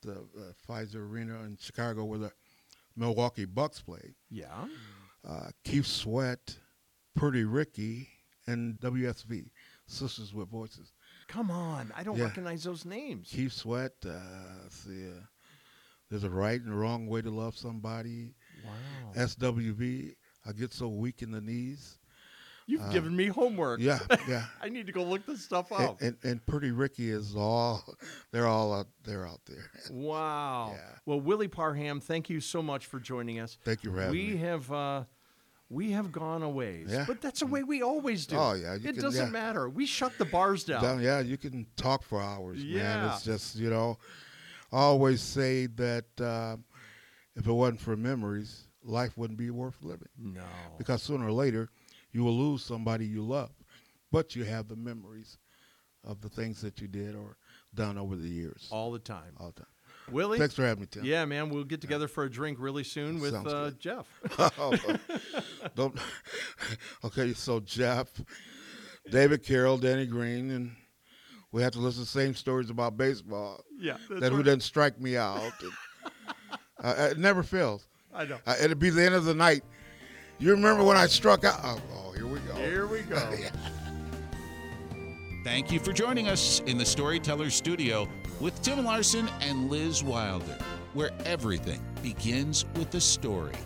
the uh, Pfizer Arena in Chicago, where the Milwaukee Bucks play.
yeah
Uh, Keith Sweat, Pretty Ricky, and WSV Sisters with Voices.
come on i don't
Yeah.
recognize those names
Keith Sweat. Uh, let's see, uh, there's a right and wrong way to love somebody.
wow
SWV. I get so weak in the knees.
you've given me homework
Uh, Yeah, yeah.
i need to go look this stuff
And-
up
And, and Pretty Ricky is all they're all out they're out there.
Wow.
Yeah.
Well, Willie Parham, thank you so much for joining us.
Thank you for having
we
me.
have uh, we have gone a ways,
Yeah.
but that's the way we always do.
Oh, yeah, you
it
can-
doesn't
yeah.
matter. We shut the bars down.
Down- yeah, you can talk for hours, man.
Yeah.
It's just you know, I always say that um, if it wasn't for memories, life wouldn't be worth living
No.
because sooner or later you will lose somebody you love, but you have the memories of the things that you did or done over the years.
All the time.
All the time.
Willie.
Oh. Thanks for having me, Tim.
Yeah, man, we'll get together for a drink really soon with
Sounds
uh,
good.
Jeff.
Oh, don't. Okay, so Jeff, David Carroll, Danny Green, and we have to listen to the same stories about baseball.
yeah, that's
That who
what-
doesn't strike me out. And, uh, it never fails.
I know.
Uh, it'll be the end of the night. You remember when I struck out? Oh, oh here we go.
Here we go.
Thank you for joining us in the Storyteller Studio with Tim Larson and Liz Wilder, where everything begins with a story.